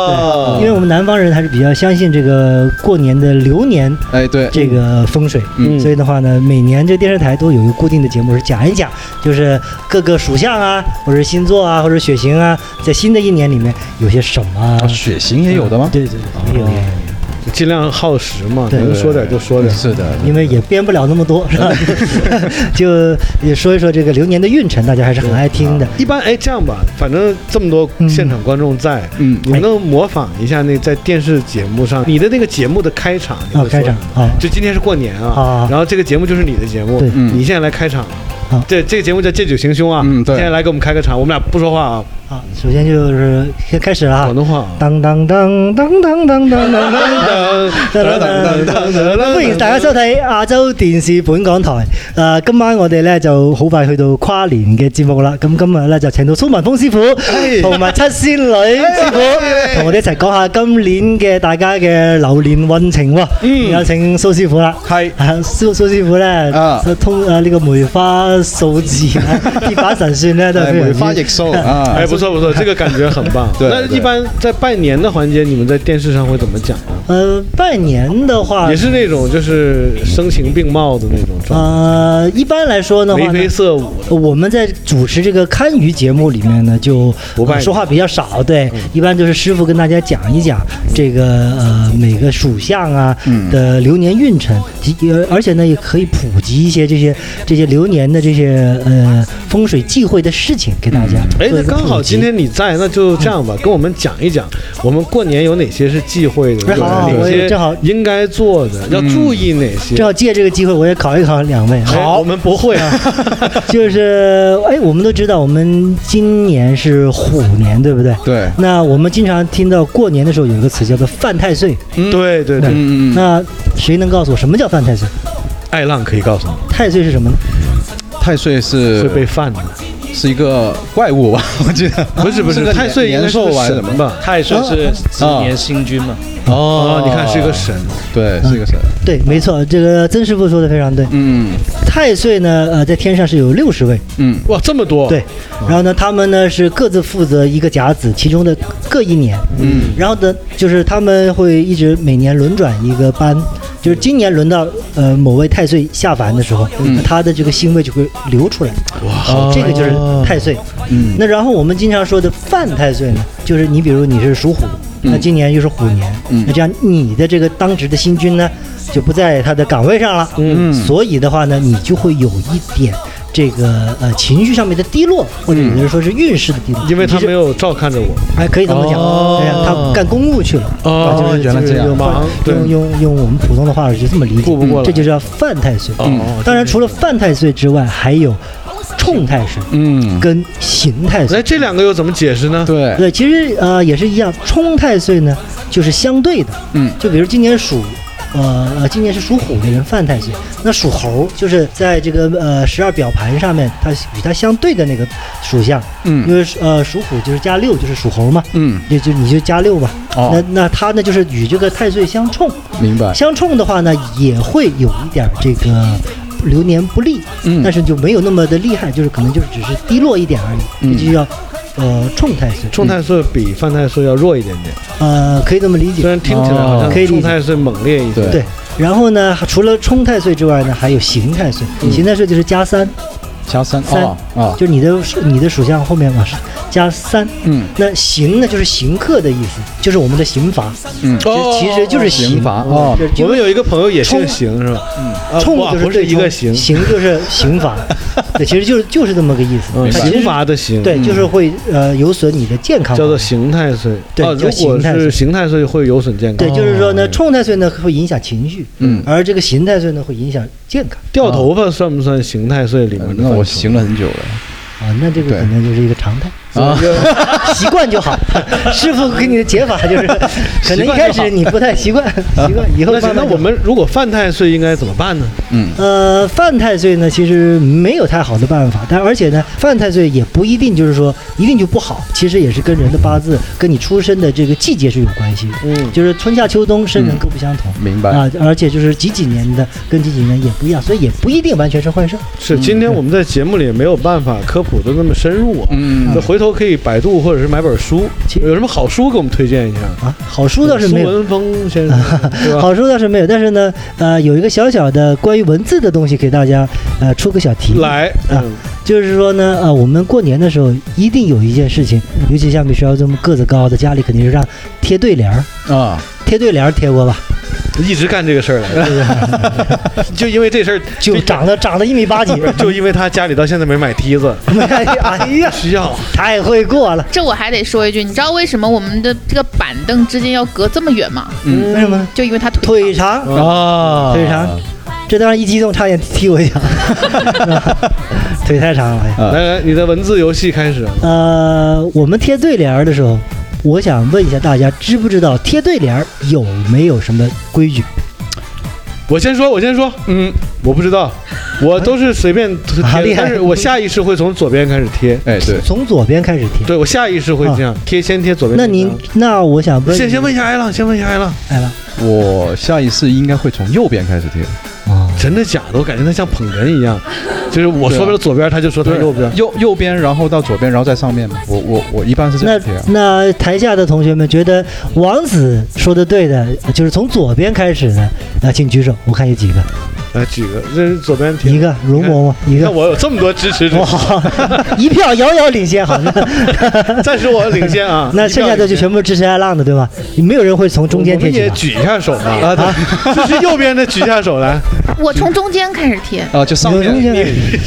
Speaker 8: 因为我们南方人还是比较相信这个过年的流年，
Speaker 2: 哎对，
Speaker 8: 这个风水，
Speaker 2: 嗯
Speaker 8: 所以的话呢，每年这电视台都有一个固定的节目是讲一讲，就是各个属相啊，或者星座啊，或者血型啊，在新的一年里面有些什么
Speaker 2: 啊血型也有的吗？
Speaker 8: 对对对，有有有。
Speaker 1: 尽量耗时嘛，
Speaker 8: 对
Speaker 1: 能说点就说点。
Speaker 2: 是的，
Speaker 8: 因为也编不了那么多，是吧？就也说一说这个流年的运程，大家还是很爱听的。
Speaker 1: 一般哎，这样吧，反正这么多
Speaker 8: 嗯
Speaker 1: 现场观众在，
Speaker 2: 嗯
Speaker 1: 你们能模仿一下那在电视节目上你的那个节目的开场？你
Speaker 8: 啊
Speaker 1: 会，说
Speaker 8: 开场啊，
Speaker 1: 就今天是过年啊
Speaker 8: 啊，
Speaker 1: 然后这个节目就是你的节目
Speaker 8: 对，
Speaker 2: 嗯
Speaker 1: 你现在来开场
Speaker 8: 啊。
Speaker 1: 这这个节目叫借酒行凶啊，
Speaker 2: 嗯对
Speaker 1: 现在来给我们开个场，我们俩不说话啊，
Speaker 8: 啊，首先就是先开始了啊
Speaker 1: 广。东话啊。
Speaker 8: 当当当当当当当当
Speaker 1: 哎
Speaker 8: 当当当当！歡迎大家收睇亞洲電視本港台。誒、今晚我哋咧就好快去到跨年嘅節目啦。咁今日咧就請到蘇文峰師傅
Speaker 2: 哎
Speaker 8: 同埋七 仙女師傅，同我哋一齊講下今年嘅大家嘅流年運程喎。嗯，有請蘇師傅啦。
Speaker 2: 係
Speaker 8: 啊，蘇蘇師傅咧
Speaker 2: 啊，
Speaker 8: 通啊呢個梅花數 字、啊鐵板神算咧都係
Speaker 2: 哎
Speaker 8: 非常
Speaker 2: 梅
Speaker 8: 之
Speaker 2: 花易数啊
Speaker 1: 哎，，不错不错，这个感觉很棒。
Speaker 2: 对
Speaker 1: 那
Speaker 2: 对
Speaker 1: 一般在拜年的环节，你们在电视上会怎么讲呢？
Speaker 8: 呃，拜年的话
Speaker 1: 也是那种就是声情并茂的那种状
Speaker 8: 呃，一般来说的
Speaker 1: 态，眉
Speaker 8: 话呢
Speaker 1: 飞，色舞的。
Speaker 8: 呃我们在主持这个堪舆节目里面呢，就
Speaker 1: 不拜嗯
Speaker 8: 呃
Speaker 1: 年
Speaker 8: 说话比较少，对，一般就是师傅跟大家讲一讲这个呃每个属相啊
Speaker 1: 嗯
Speaker 8: 的流年运程，及呃而且呢也可以普及一些这些这些流年的这些呃风水忌讳的事情给大家。
Speaker 1: 哎，
Speaker 8: 做
Speaker 1: 那
Speaker 8: 一个
Speaker 1: 刚好
Speaker 8: 普及
Speaker 1: 今天你在，那就这样吧，跟我们讲一讲，我们过年有哪些是忌讳的，
Speaker 8: 哎好好
Speaker 1: 有
Speaker 8: 我也
Speaker 1: 哪些
Speaker 8: 正好
Speaker 1: 应该做的，要注意哪些。
Speaker 8: 正好借这个机会，我也考一考两 位。
Speaker 1: 哎，我们不会啊，
Speaker 8: 就是哎，我们都知道，我们今年是虎年，对不对？
Speaker 2: 对，
Speaker 8: 那我们经常听到过年的时候有一个词叫做“犯太岁
Speaker 1: 对对对，
Speaker 2: 嗯嗯嗯，
Speaker 8: 那谁能告诉我什么叫犯太岁？
Speaker 1: 爱浪可以告诉你，
Speaker 8: 太岁是什么呢？
Speaker 2: 太岁是
Speaker 1: 会被犯的。
Speaker 2: 是一个怪物吧？我记得
Speaker 1: 不是不是
Speaker 2: 个
Speaker 1: 太岁应
Speaker 2: 年
Speaker 1: 该是
Speaker 2: 兽
Speaker 1: 个
Speaker 2: 还是
Speaker 1: 神
Speaker 2: 什么
Speaker 1: 吧
Speaker 10: 太岁 是十年星 君嘛？
Speaker 2: 哦
Speaker 1: 哦，你看是一个神，
Speaker 2: 对，是一个神。
Speaker 8: 对，没错，这个曾师傅说的非常对。
Speaker 2: 嗯，
Speaker 8: 太岁呢，呃，在天上是有六十位。
Speaker 2: 嗯，
Speaker 1: 哇，这么多。
Speaker 8: 对，然后呢，他们呢是各自负责一个甲子，其中的各一年。
Speaker 2: 嗯，
Speaker 8: 然后呢，就是他们会一直每年轮转一个班，就是今年轮到呃某位太岁下凡的时候，
Speaker 2: 嗯
Speaker 8: 他的这个星位就会流出来。
Speaker 2: 哇
Speaker 8: 这个就是太岁。
Speaker 2: 嗯
Speaker 8: 那然后我们经常说的犯太岁呢，就是你比如你是属虎，
Speaker 1: 嗯
Speaker 8: 那今年又是虎年，
Speaker 2: 嗯
Speaker 8: 那这样你的这个当值的星君呢，就不在他的岗位上了，
Speaker 2: 嗯
Speaker 8: 所以的话呢，你就会有一点。这个呃情绪上面的低落，或者有的人说是运势的低落，
Speaker 1: 嗯 因为他
Speaker 8: 你是
Speaker 1: 没有照看着我。
Speaker 8: 哎，可以这么讲，
Speaker 1: 哦
Speaker 8: 哎呀，他干公务去了，
Speaker 1: 哦
Speaker 8: 啊就是
Speaker 1: 原来
Speaker 8: 就是
Speaker 1: 这样
Speaker 8: 用
Speaker 1: 忙对
Speaker 8: 用用用我们普通的话就这么理解，
Speaker 1: 顾不过来
Speaker 8: 这就叫犯太岁。
Speaker 1: 哦哦
Speaker 8: 当然除了犯太岁之外，还有冲太岁，
Speaker 2: 嗯，
Speaker 8: 跟刑太岁。
Speaker 1: 哎，这两个又怎么解释呢？
Speaker 2: 对
Speaker 8: 对，其实呃也是一样，冲太岁呢就是相对的，
Speaker 2: 嗯，
Speaker 8: 就比如今年属。呃，呃今年是属虎的人犯太岁，那属猴就是在这个呃十二表盘上面，它与它相对的那个属相，
Speaker 2: 嗯
Speaker 8: 因为是呃属虎就是加六，就是属猴嘛，
Speaker 2: 嗯，
Speaker 8: 也就你就加六吧，
Speaker 2: 哦
Speaker 8: 那那它呢就是与这个太岁相冲，
Speaker 2: 明 白。
Speaker 8: 相冲的话呢，也会有一点儿这个流年不利，
Speaker 2: 嗯
Speaker 8: 但是就没有那么的厉害，就是可能就是只是低落一点而已，
Speaker 1: 嗯
Speaker 8: 这就叫呃冲太岁，
Speaker 1: 冲太岁比犯太岁要弱一点点，
Speaker 8: 呃可以这么理解，哦
Speaker 1: 虽然听起来好像
Speaker 8: 可以理
Speaker 1: 冲
Speaker 8: 解
Speaker 1: 太岁猛烈一点。
Speaker 8: 对。然后呢，除了冲太岁之外呢，还有刑太岁，
Speaker 1: 嗯
Speaker 8: 刑太岁就是加三，
Speaker 2: 加三
Speaker 8: 三
Speaker 2: 哦
Speaker 1: 啊
Speaker 2: 哦
Speaker 8: 就是你的你的属相后面嘛是加三，
Speaker 2: 嗯，
Speaker 8: 那刑呢就是刑克的意思，就是我们的刑罚，
Speaker 2: 嗯
Speaker 8: 其实其实就是刑
Speaker 2: 罚哦
Speaker 8: 就是
Speaker 1: 我们有一个朋友也姓邢，是吧？嗯
Speaker 8: 冲
Speaker 1: 哇
Speaker 8: 就是
Speaker 1: 不是
Speaker 8: 对
Speaker 1: 一个
Speaker 8: 冲
Speaker 1: 刑，
Speaker 8: 刑就是刑 罚，对，其实就是就是这么个意思
Speaker 1: 嗯，
Speaker 8: 它其实
Speaker 1: 刑罚的刑
Speaker 8: 对，
Speaker 1: 嗯
Speaker 8: 就是会呃有损你的健康，
Speaker 1: 叫做刑太岁。
Speaker 8: 对
Speaker 1: 哦
Speaker 8: 叫
Speaker 1: 如果
Speaker 8: 刑太岁
Speaker 1: 是刑太岁会有损健康。哦
Speaker 8: 对，就是说呢，冲太岁呢会影响情绪，
Speaker 1: 嗯
Speaker 8: 而这个刑太岁呢会影响健康
Speaker 1: 掉头发算不算刑太岁里面的范畴？
Speaker 8: 嗯
Speaker 2: 嗯那我行了很久了。
Speaker 8: 啊，那这个可能就是一个常态
Speaker 2: 啊
Speaker 8: 所以就习惯就好。 师傅给你的解法 就是，可能一开始你不太习惯， 习惯以后
Speaker 1: 啊那行，那
Speaker 8: 慢慢就
Speaker 1: 我们如果犯太岁应该怎么办呢？
Speaker 2: 嗯，
Speaker 8: 呃，犯太岁呢，其实没有太好的办法，但而且呢，犯太岁也不一定就是说一定就不好，其实也是跟人的八字、跟你出生的这个季节是有关系的。
Speaker 1: 嗯，
Speaker 8: 就是春夏秋冬，生人各不相同。
Speaker 2: 明白。
Speaker 8: 啊，而且就是几几年的跟几几年也不一样，所以也不一定完全是坏事。
Speaker 1: 是，今天我们在节目里也没有办法科普的那么深入啊。
Speaker 2: 嗯
Speaker 1: 那回头可以百度或者是买本书，有什么好书给我们推荐一下？
Speaker 8: 啊，好书倒是没有
Speaker 1: 苏文峰先生，对吧
Speaker 8: 好书倒是没有，但是呢，呃，有一个小小的关于文字的东西给大家，呃，出个小题目
Speaker 1: 来，
Speaker 8: 啊，就是说呢，呃，我们过年的时候一定有一件事情，尤其像米雪这么个子高的，家里肯定是让贴对联儿，
Speaker 2: 啊，
Speaker 8: 贴对联儿贴过吧？
Speaker 1: 一直干这个事儿来 着，就因为这事儿
Speaker 8: 就长得长得一米八几，
Speaker 1: 就因为他家里到现在没买梯子，
Speaker 8: 哎呀，
Speaker 1: 需要
Speaker 8: 太会过了。
Speaker 4: 这我还得说一句，你知道为什么我们的这个板凳之间要隔这么远吗？
Speaker 2: 嗯
Speaker 8: 为什么呢？
Speaker 4: 就因为它腿
Speaker 8: 腿长
Speaker 2: 啊
Speaker 8: 腿长，这当然一激动差点踢我一脚， 腿太长了。哎呀
Speaker 1: 来来，你的文字游戏开始。
Speaker 8: 呃，我们贴对联儿的时候，我想问一下大家，知不知道贴对联儿有没有什么规矩？
Speaker 1: 我先说，我先说，
Speaker 2: 嗯，
Speaker 1: 我不知道，我都是随 便贴
Speaker 8: 啊厉，害
Speaker 1: 但是我下意识会从左边开始贴，
Speaker 2: 哎，对，
Speaker 8: 从左边开始贴。
Speaker 1: 对我下意识会这样贴，先贴左边。
Speaker 8: 啊那您，那我想问，哎
Speaker 1: 先先问一下艾浪，先问一下艾浪，
Speaker 8: 来了，
Speaker 2: 我下一次应该会从右边开始贴。
Speaker 1: 真的假的？我感觉他像捧哏一样，就是我
Speaker 8: 啊
Speaker 1: 说不了左边，他就说他右边。
Speaker 2: 右右边，然后到左边，然后再上面嘛。我我我一般是这
Speaker 8: 那
Speaker 2: 样贴啊。
Speaker 8: 那台下的同学们觉得王子说的对的，就是从左边开始的，那请举手，我看有几个，
Speaker 1: 来举个，这是左边贴
Speaker 8: 一个容嬷嬷，一
Speaker 1: 那
Speaker 8: 个，
Speaker 1: 我有这么多支持 者，
Speaker 8: 一票遥遥领先，好像。。
Speaker 1: 暂时我领先啊
Speaker 8: 那剩下的就全部支持爱浪的，对吧？没有人会从中间
Speaker 1: 我
Speaker 8: 贴
Speaker 1: 们
Speaker 8: 起
Speaker 1: 也
Speaker 8: 吧？
Speaker 1: 举一下手嘛，啊，对，就是右边的举一下手 来。啊
Speaker 4: 我从中间开始贴，
Speaker 3: 嗯
Speaker 1: 哦
Speaker 2: 啊，就上面。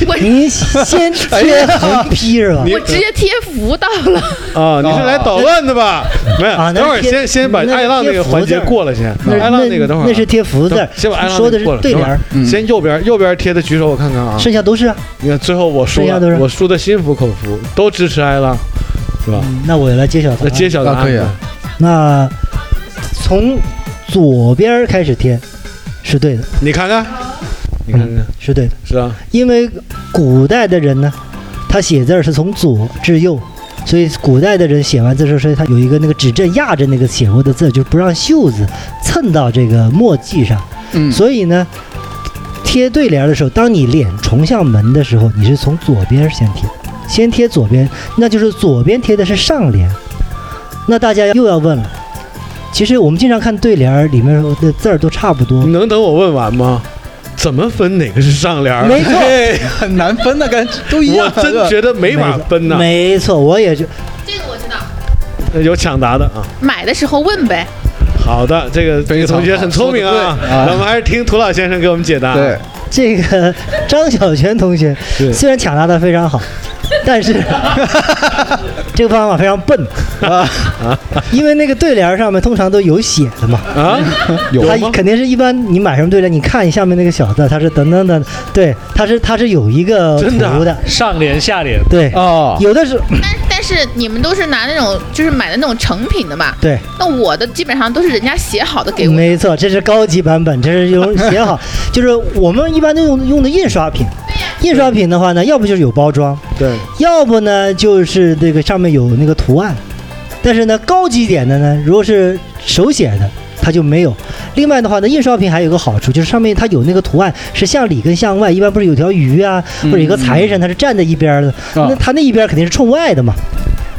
Speaker 4: 我
Speaker 8: 您先贴横批是
Speaker 1: 哎
Speaker 8: 吧？
Speaker 4: 我直接贴福到了。
Speaker 1: 啊，你是来捣乱的吧？没有，
Speaker 8: 啊哦那
Speaker 1: 等会儿
Speaker 8: 贴
Speaker 1: 先先把
Speaker 8: 那是
Speaker 1: 艾浪那个环节过了先，
Speaker 8: 嗯那
Speaker 1: 艾浪那个等会儿啊
Speaker 8: 那是贴福字
Speaker 1: 等，先把艾浪
Speaker 8: 说的
Speaker 1: 那个
Speaker 8: 是
Speaker 1: 过了，
Speaker 8: 对
Speaker 1: 等
Speaker 8: 联
Speaker 1: 会儿
Speaker 8: 儿，
Speaker 2: 嗯
Speaker 1: 先右边右边贴的举手我看看啊，
Speaker 8: 剩下都是啊。
Speaker 1: 你看最后我输
Speaker 8: 剩下都是
Speaker 1: 了，我输的心服口服，都支持艾浪，是吧？
Speaker 8: 嗯那我来揭晓答
Speaker 1: 那
Speaker 8: 案。
Speaker 1: 揭晓答
Speaker 2: 那可以
Speaker 1: 案
Speaker 2: 啊
Speaker 1: 吧，
Speaker 8: 那从左边儿开始贴是对的，
Speaker 1: 你看看，你看看，
Speaker 8: 是对的，
Speaker 1: 是啊，
Speaker 8: 因为古代的人呢，他写字儿是从左至右，所以古代的人写完字之后，所以他有一个那个指正压着那个写过的字，就是不让袖子蹭到这个墨迹上。
Speaker 3: 嗯，
Speaker 8: 所以呢，贴对联儿的时候，当你脸冲向门的时候，你是从左边先贴，先贴左边，那就是左边贴的是上联。那大家又要问了，其实我们经常看对联儿里面的字儿都差不多。
Speaker 1: 你能等我问完吗？怎么分哪个是上联儿？
Speaker 8: 没错
Speaker 1: 嘿，
Speaker 3: 很难分的，感觉 都一样。
Speaker 1: 我真觉得没法分呐、
Speaker 8: 没错，我也就
Speaker 4: 这个我知道，
Speaker 1: 有抢答的啊。
Speaker 4: 买的时候问呗。
Speaker 1: 好的，这个这个同学很聪明啊，
Speaker 8: 啊
Speaker 1: 我们还是听涂老先生给我们解答。
Speaker 8: 对，这个张小泉同学虽然抢答的非常好，但是这个方法非常笨啊，因为那个对联儿上面通常都有写的嘛
Speaker 1: 啊，有
Speaker 8: 他
Speaker 1: 吗
Speaker 8: 肯定是一般你买什么对联，你看一下面那个小字，它是等等等，对，它是它是有一个
Speaker 10: 真的
Speaker 8: 图的，
Speaker 10: 上联下联，
Speaker 8: 对
Speaker 10: 哦
Speaker 8: 有的是
Speaker 4: 但但是你们都是拿那种就是买的那种成品的吧？
Speaker 8: 对。
Speaker 4: 那我的基本上都是人家写好的给我。
Speaker 8: 没错，这是高级版本，这是用 写好，就是我们一般都用用的印刷品。印刷品的话呢，要不就是有包装，
Speaker 1: 对，
Speaker 8: 要不呢就是这个上面有那个图案。但是呢，高级一点的呢，如果是手写的，它就没有。另外的话呢，印刷品还有一个好处，就是上面它有那个图案是向里跟向外，一般不是有条鱼啊，或者有个财神，它是站在一边儿的，那它那一边儿肯定是冲外的嘛，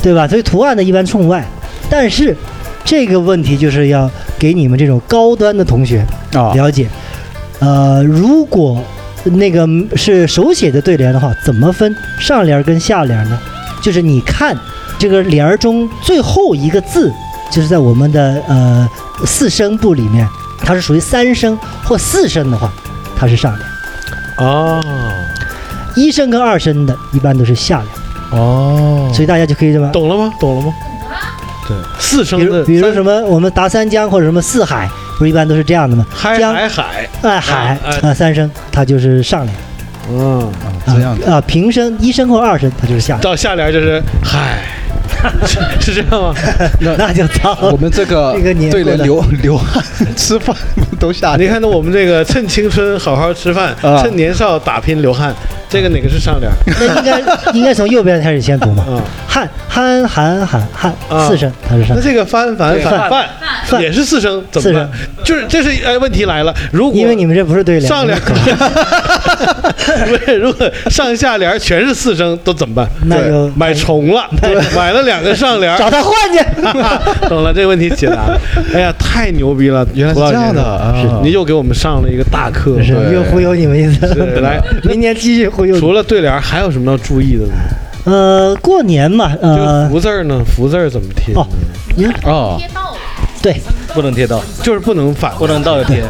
Speaker 8: 对吧？所以图案呢一般冲外，但是这个问题就是要给你们这种高端的同学了解，呃，如果那个是手写的对联的话，怎么分上联儿跟下联儿呢？就是你看这个联儿中最后一个字，就是在我们的呃四声部里面，它是属于三声或四声的话，它是上联；
Speaker 1: 哦，
Speaker 8: 一声跟二声的一般都是下联。
Speaker 1: 哦，
Speaker 8: 所以大家就可以这么
Speaker 1: 懂了吗？懂了吗？对，四声
Speaker 8: 比如
Speaker 1: 的，
Speaker 8: 比如什么我们达三江或者什么四海，不是一般都是这样的吗？
Speaker 1: 嗨
Speaker 8: 江
Speaker 1: 海海，
Speaker 8: 哎海
Speaker 1: 哎
Speaker 8: 啊三声，它就是上联。
Speaker 1: 嗯，
Speaker 8: 这样啊平声一声或二声，它就是下联。
Speaker 1: 到下联就是嗨， 是是这样吗？
Speaker 8: 那就糟。
Speaker 2: 我们 这个
Speaker 1: 这个年
Speaker 2: 对
Speaker 1: 过
Speaker 2: 联
Speaker 1: 得
Speaker 2: 流流汗 吃饭都
Speaker 8: 啊
Speaker 2: 下
Speaker 1: 你看到我们这个趁青春好好吃饭，
Speaker 2: 啊
Speaker 1: 趁年少打拼流汗，这个哪个是上 联？
Speaker 8: 那应该应该从右边开始先读嘛
Speaker 1: 嗯。
Speaker 8: 汉汉韩韩汉
Speaker 1: 啊
Speaker 8: 四声，它是上
Speaker 1: 那
Speaker 8: 联。
Speaker 1: 这个翻反
Speaker 8: 对
Speaker 1: 反
Speaker 8: 泛
Speaker 1: 泛
Speaker 8: 泛
Speaker 1: 也是四声，怎么办？就是这是哎，问题来了，如果
Speaker 8: 因为你们这不是对联，
Speaker 1: 上联
Speaker 8: 你们
Speaker 1: 不是，如果上下联全是四声，都怎么办？
Speaker 8: 那就哎
Speaker 1: 对买重了，买了两个上联，
Speaker 8: 找他换
Speaker 1: 去。懂了，这个问题解答了。哎呀，太牛逼了！原
Speaker 2: 来是这样的啊
Speaker 1: 你又给我们上了一个大课，
Speaker 8: 是
Speaker 1: 对
Speaker 8: 又忽悠你们一次
Speaker 1: 是。来，
Speaker 8: 明年继续忽悠。
Speaker 1: 除了对联，还有什么要注意的呢？
Speaker 8: 呃，过年嘛，呃，
Speaker 1: 福字儿呢？福字儿怎么贴？
Speaker 8: 哦，您
Speaker 1: 哦，
Speaker 8: 对，
Speaker 1: 不能贴到，就是不能反，不能倒着贴。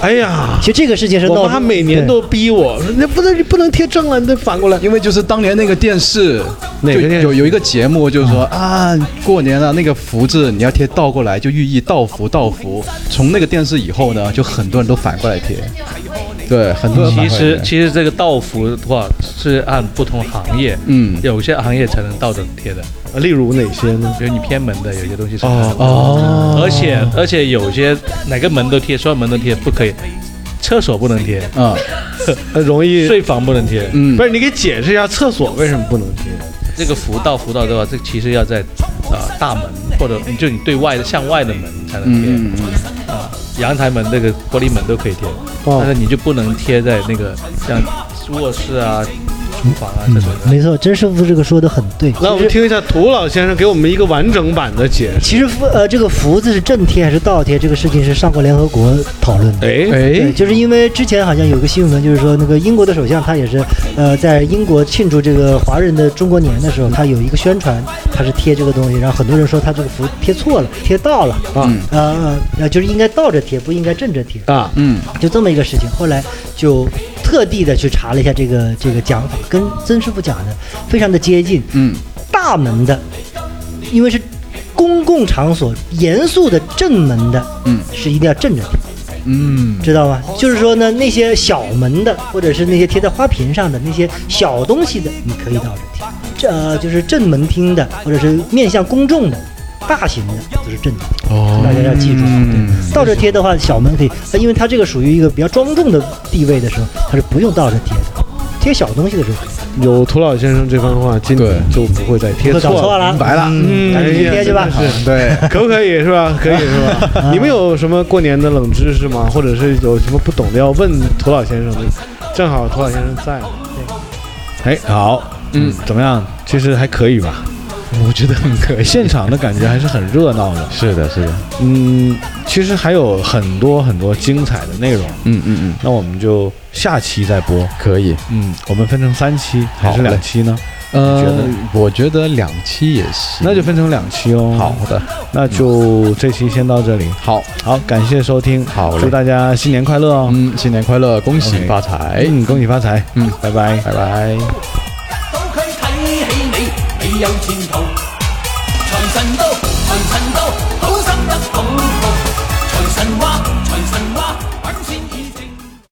Speaker 1: 哎呀，
Speaker 8: 其实这个事情
Speaker 1: 我妈每年都逼我，那不能不能贴正了，你得反过来。
Speaker 2: 因为就是当年那个电视，
Speaker 1: 哪个
Speaker 2: 就
Speaker 1: 电视
Speaker 2: 有有一个节目，就是说啊，过年了，那个福字你要贴倒过来，就寓意倒福倒福。从那个电视以后呢，就很多人都反过来贴，对，很多人反
Speaker 10: 其
Speaker 2: 过
Speaker 1: 啊
Speaker 2: 来
Speaker 10: 实
Speaker 2: 贴
Speaker 10: 其实这个道服的话是按不同行业，
Speaker 2: 嗯
Speaker 10: 有些行业才能倒着贴的。
Speaker 1: 啊例如哪些呢？
Speaker 10: 比如你偏门的，有些东西是
Speaker 1: 哦
Speaker 2: 哦
Speaker 10: 而且而且有些哪个门都贴，所有门都贴不可以，厕所不能贴
Speaker 2: 啊，
Speaker 1: 呃容
Speaker 2: 嗯
Speaker 1: 易
Speaker 10: 睡房不能贴，
Speaker 1: 不是你给解释一下厕所为什么不能贴？
Speaker 10: 这个福到福到的话，这其实要在啊、大门或者就你对外的向外的门才能贴，
Speaker 2: 嗯
Speaker 10: 啊、阳台门那个玻璃门都可以贴，
Speaker 1: 哦
Speaker 10: 但是你就不能贴在那个像卧室啊、厨房啊这
Speaker 8: 嗯
Speaker 10: 种。，
Speaker 8: 没错，真师傅这个说的很对。
Speaker 1: 来，我们听一下涂老先生给我们一个完整版的解释。
Speaker 8: 其实福呃，这个福字是正贴还是倒贴，这个事情是上过联合国讨论的。
Speaker 1: 哎
Speaker 8: 对，就是因为之前好像有个新闻，就是说那个英国的首相他也是，呃，在英国庆祝这个华人的中国年的时候，他有一个宣传，他是贴这个东西，然后很多人说他这个福贴错了，贴倒了
Speaker 1: 啊，
Speaker 8: 呃呃，就是应该倒着贴，不应该正着贴
Speaker 1: 啊，
Speaker 2: 嗯，
Speaker 8: 就这么一个事情。后来就特地的去查了一下这个这个讲法，跟曾师傅讲的非常的接近。
Speaker 2: 嗯，
Speaker 8: 大门的，因为是公共场所，严肃的正门的，
Speaker 2: 嗯，
Speaker 8: 是一定要正着贴。
Speaker 2: 嗯，
Speaker 8: 知道吗？就是说呢，那些小门的，或者是那些贴在花瓶上的那些小东西的，你可以倒着贴。这、呃、就是正门厅的，或者是面向公众的，大型的都是正着贴。
Speaker 2: 哦
Speaker 8: 大家要记住，
Speaker 2: 嗯
Speaker 8: 对倒着贴的话，小门可以，呃因为它这个属于一个比较庄重的地位的时候，它是不用倒着贴的。贴小东西的时候，
Speaker 1: 有涂老先生这番话，今天就不会再贴
Speaker 8: 不会搞
Speaker 1: 错
Speaker 8: 错了
Speaker 1: 明白了，哎
Speaker 8: 嗯赶紧贴去吧
Speaker 1: 真的是
Speaker 8: 对
Speaker 1: 可不可以是 吧？可以是吧？你们有什么过年的冷知识吗？或者是有什么不懂的要问涂老先生的？正好涂老先生在。哎，好，嗯，怎么样？其实还可以吧，
Speaker 2: 我觉得很可以。
Speaker 1: 现场的感觉还是很热闹的。
Speaker 2: 是的，是的，
Speaker 1: 嗯，其实还有很多很多精彩的内容。
Speaker 2: 嗯嗯嗯，
Speaker 1: 那我们就下期再播，
Speaker 2: 可以。
Speaker 1: 嗯，我们分成三期还是
Speaker 2: 好嘞
Speaker 1: 两期呢？你觉
Speaker 2: 呃
Speaker 1: 得，
Speaker 2: 我觉得两期也行，
Speaker 1: 那就分成两期哦。好
Speaker 2: 的，
Speaker 1: 那就这期先到这里。
Speaker 2: 好，
Speaker 1: 好，感谢收听，
Speaker 2: 好嘞
Speaker 1: 祝大家新年快乐哦。
Speaker 2: 嗯，新年快乐，恭喜发财，
Speaker 1: 嗯，恭喜发财，
Speaker 2: 嗯，
Speaker 1: 拜拜，
Speaker 2: 拜拜。
Speaker 5: 到佢睇起你，你有前途。財神到，財神到，好心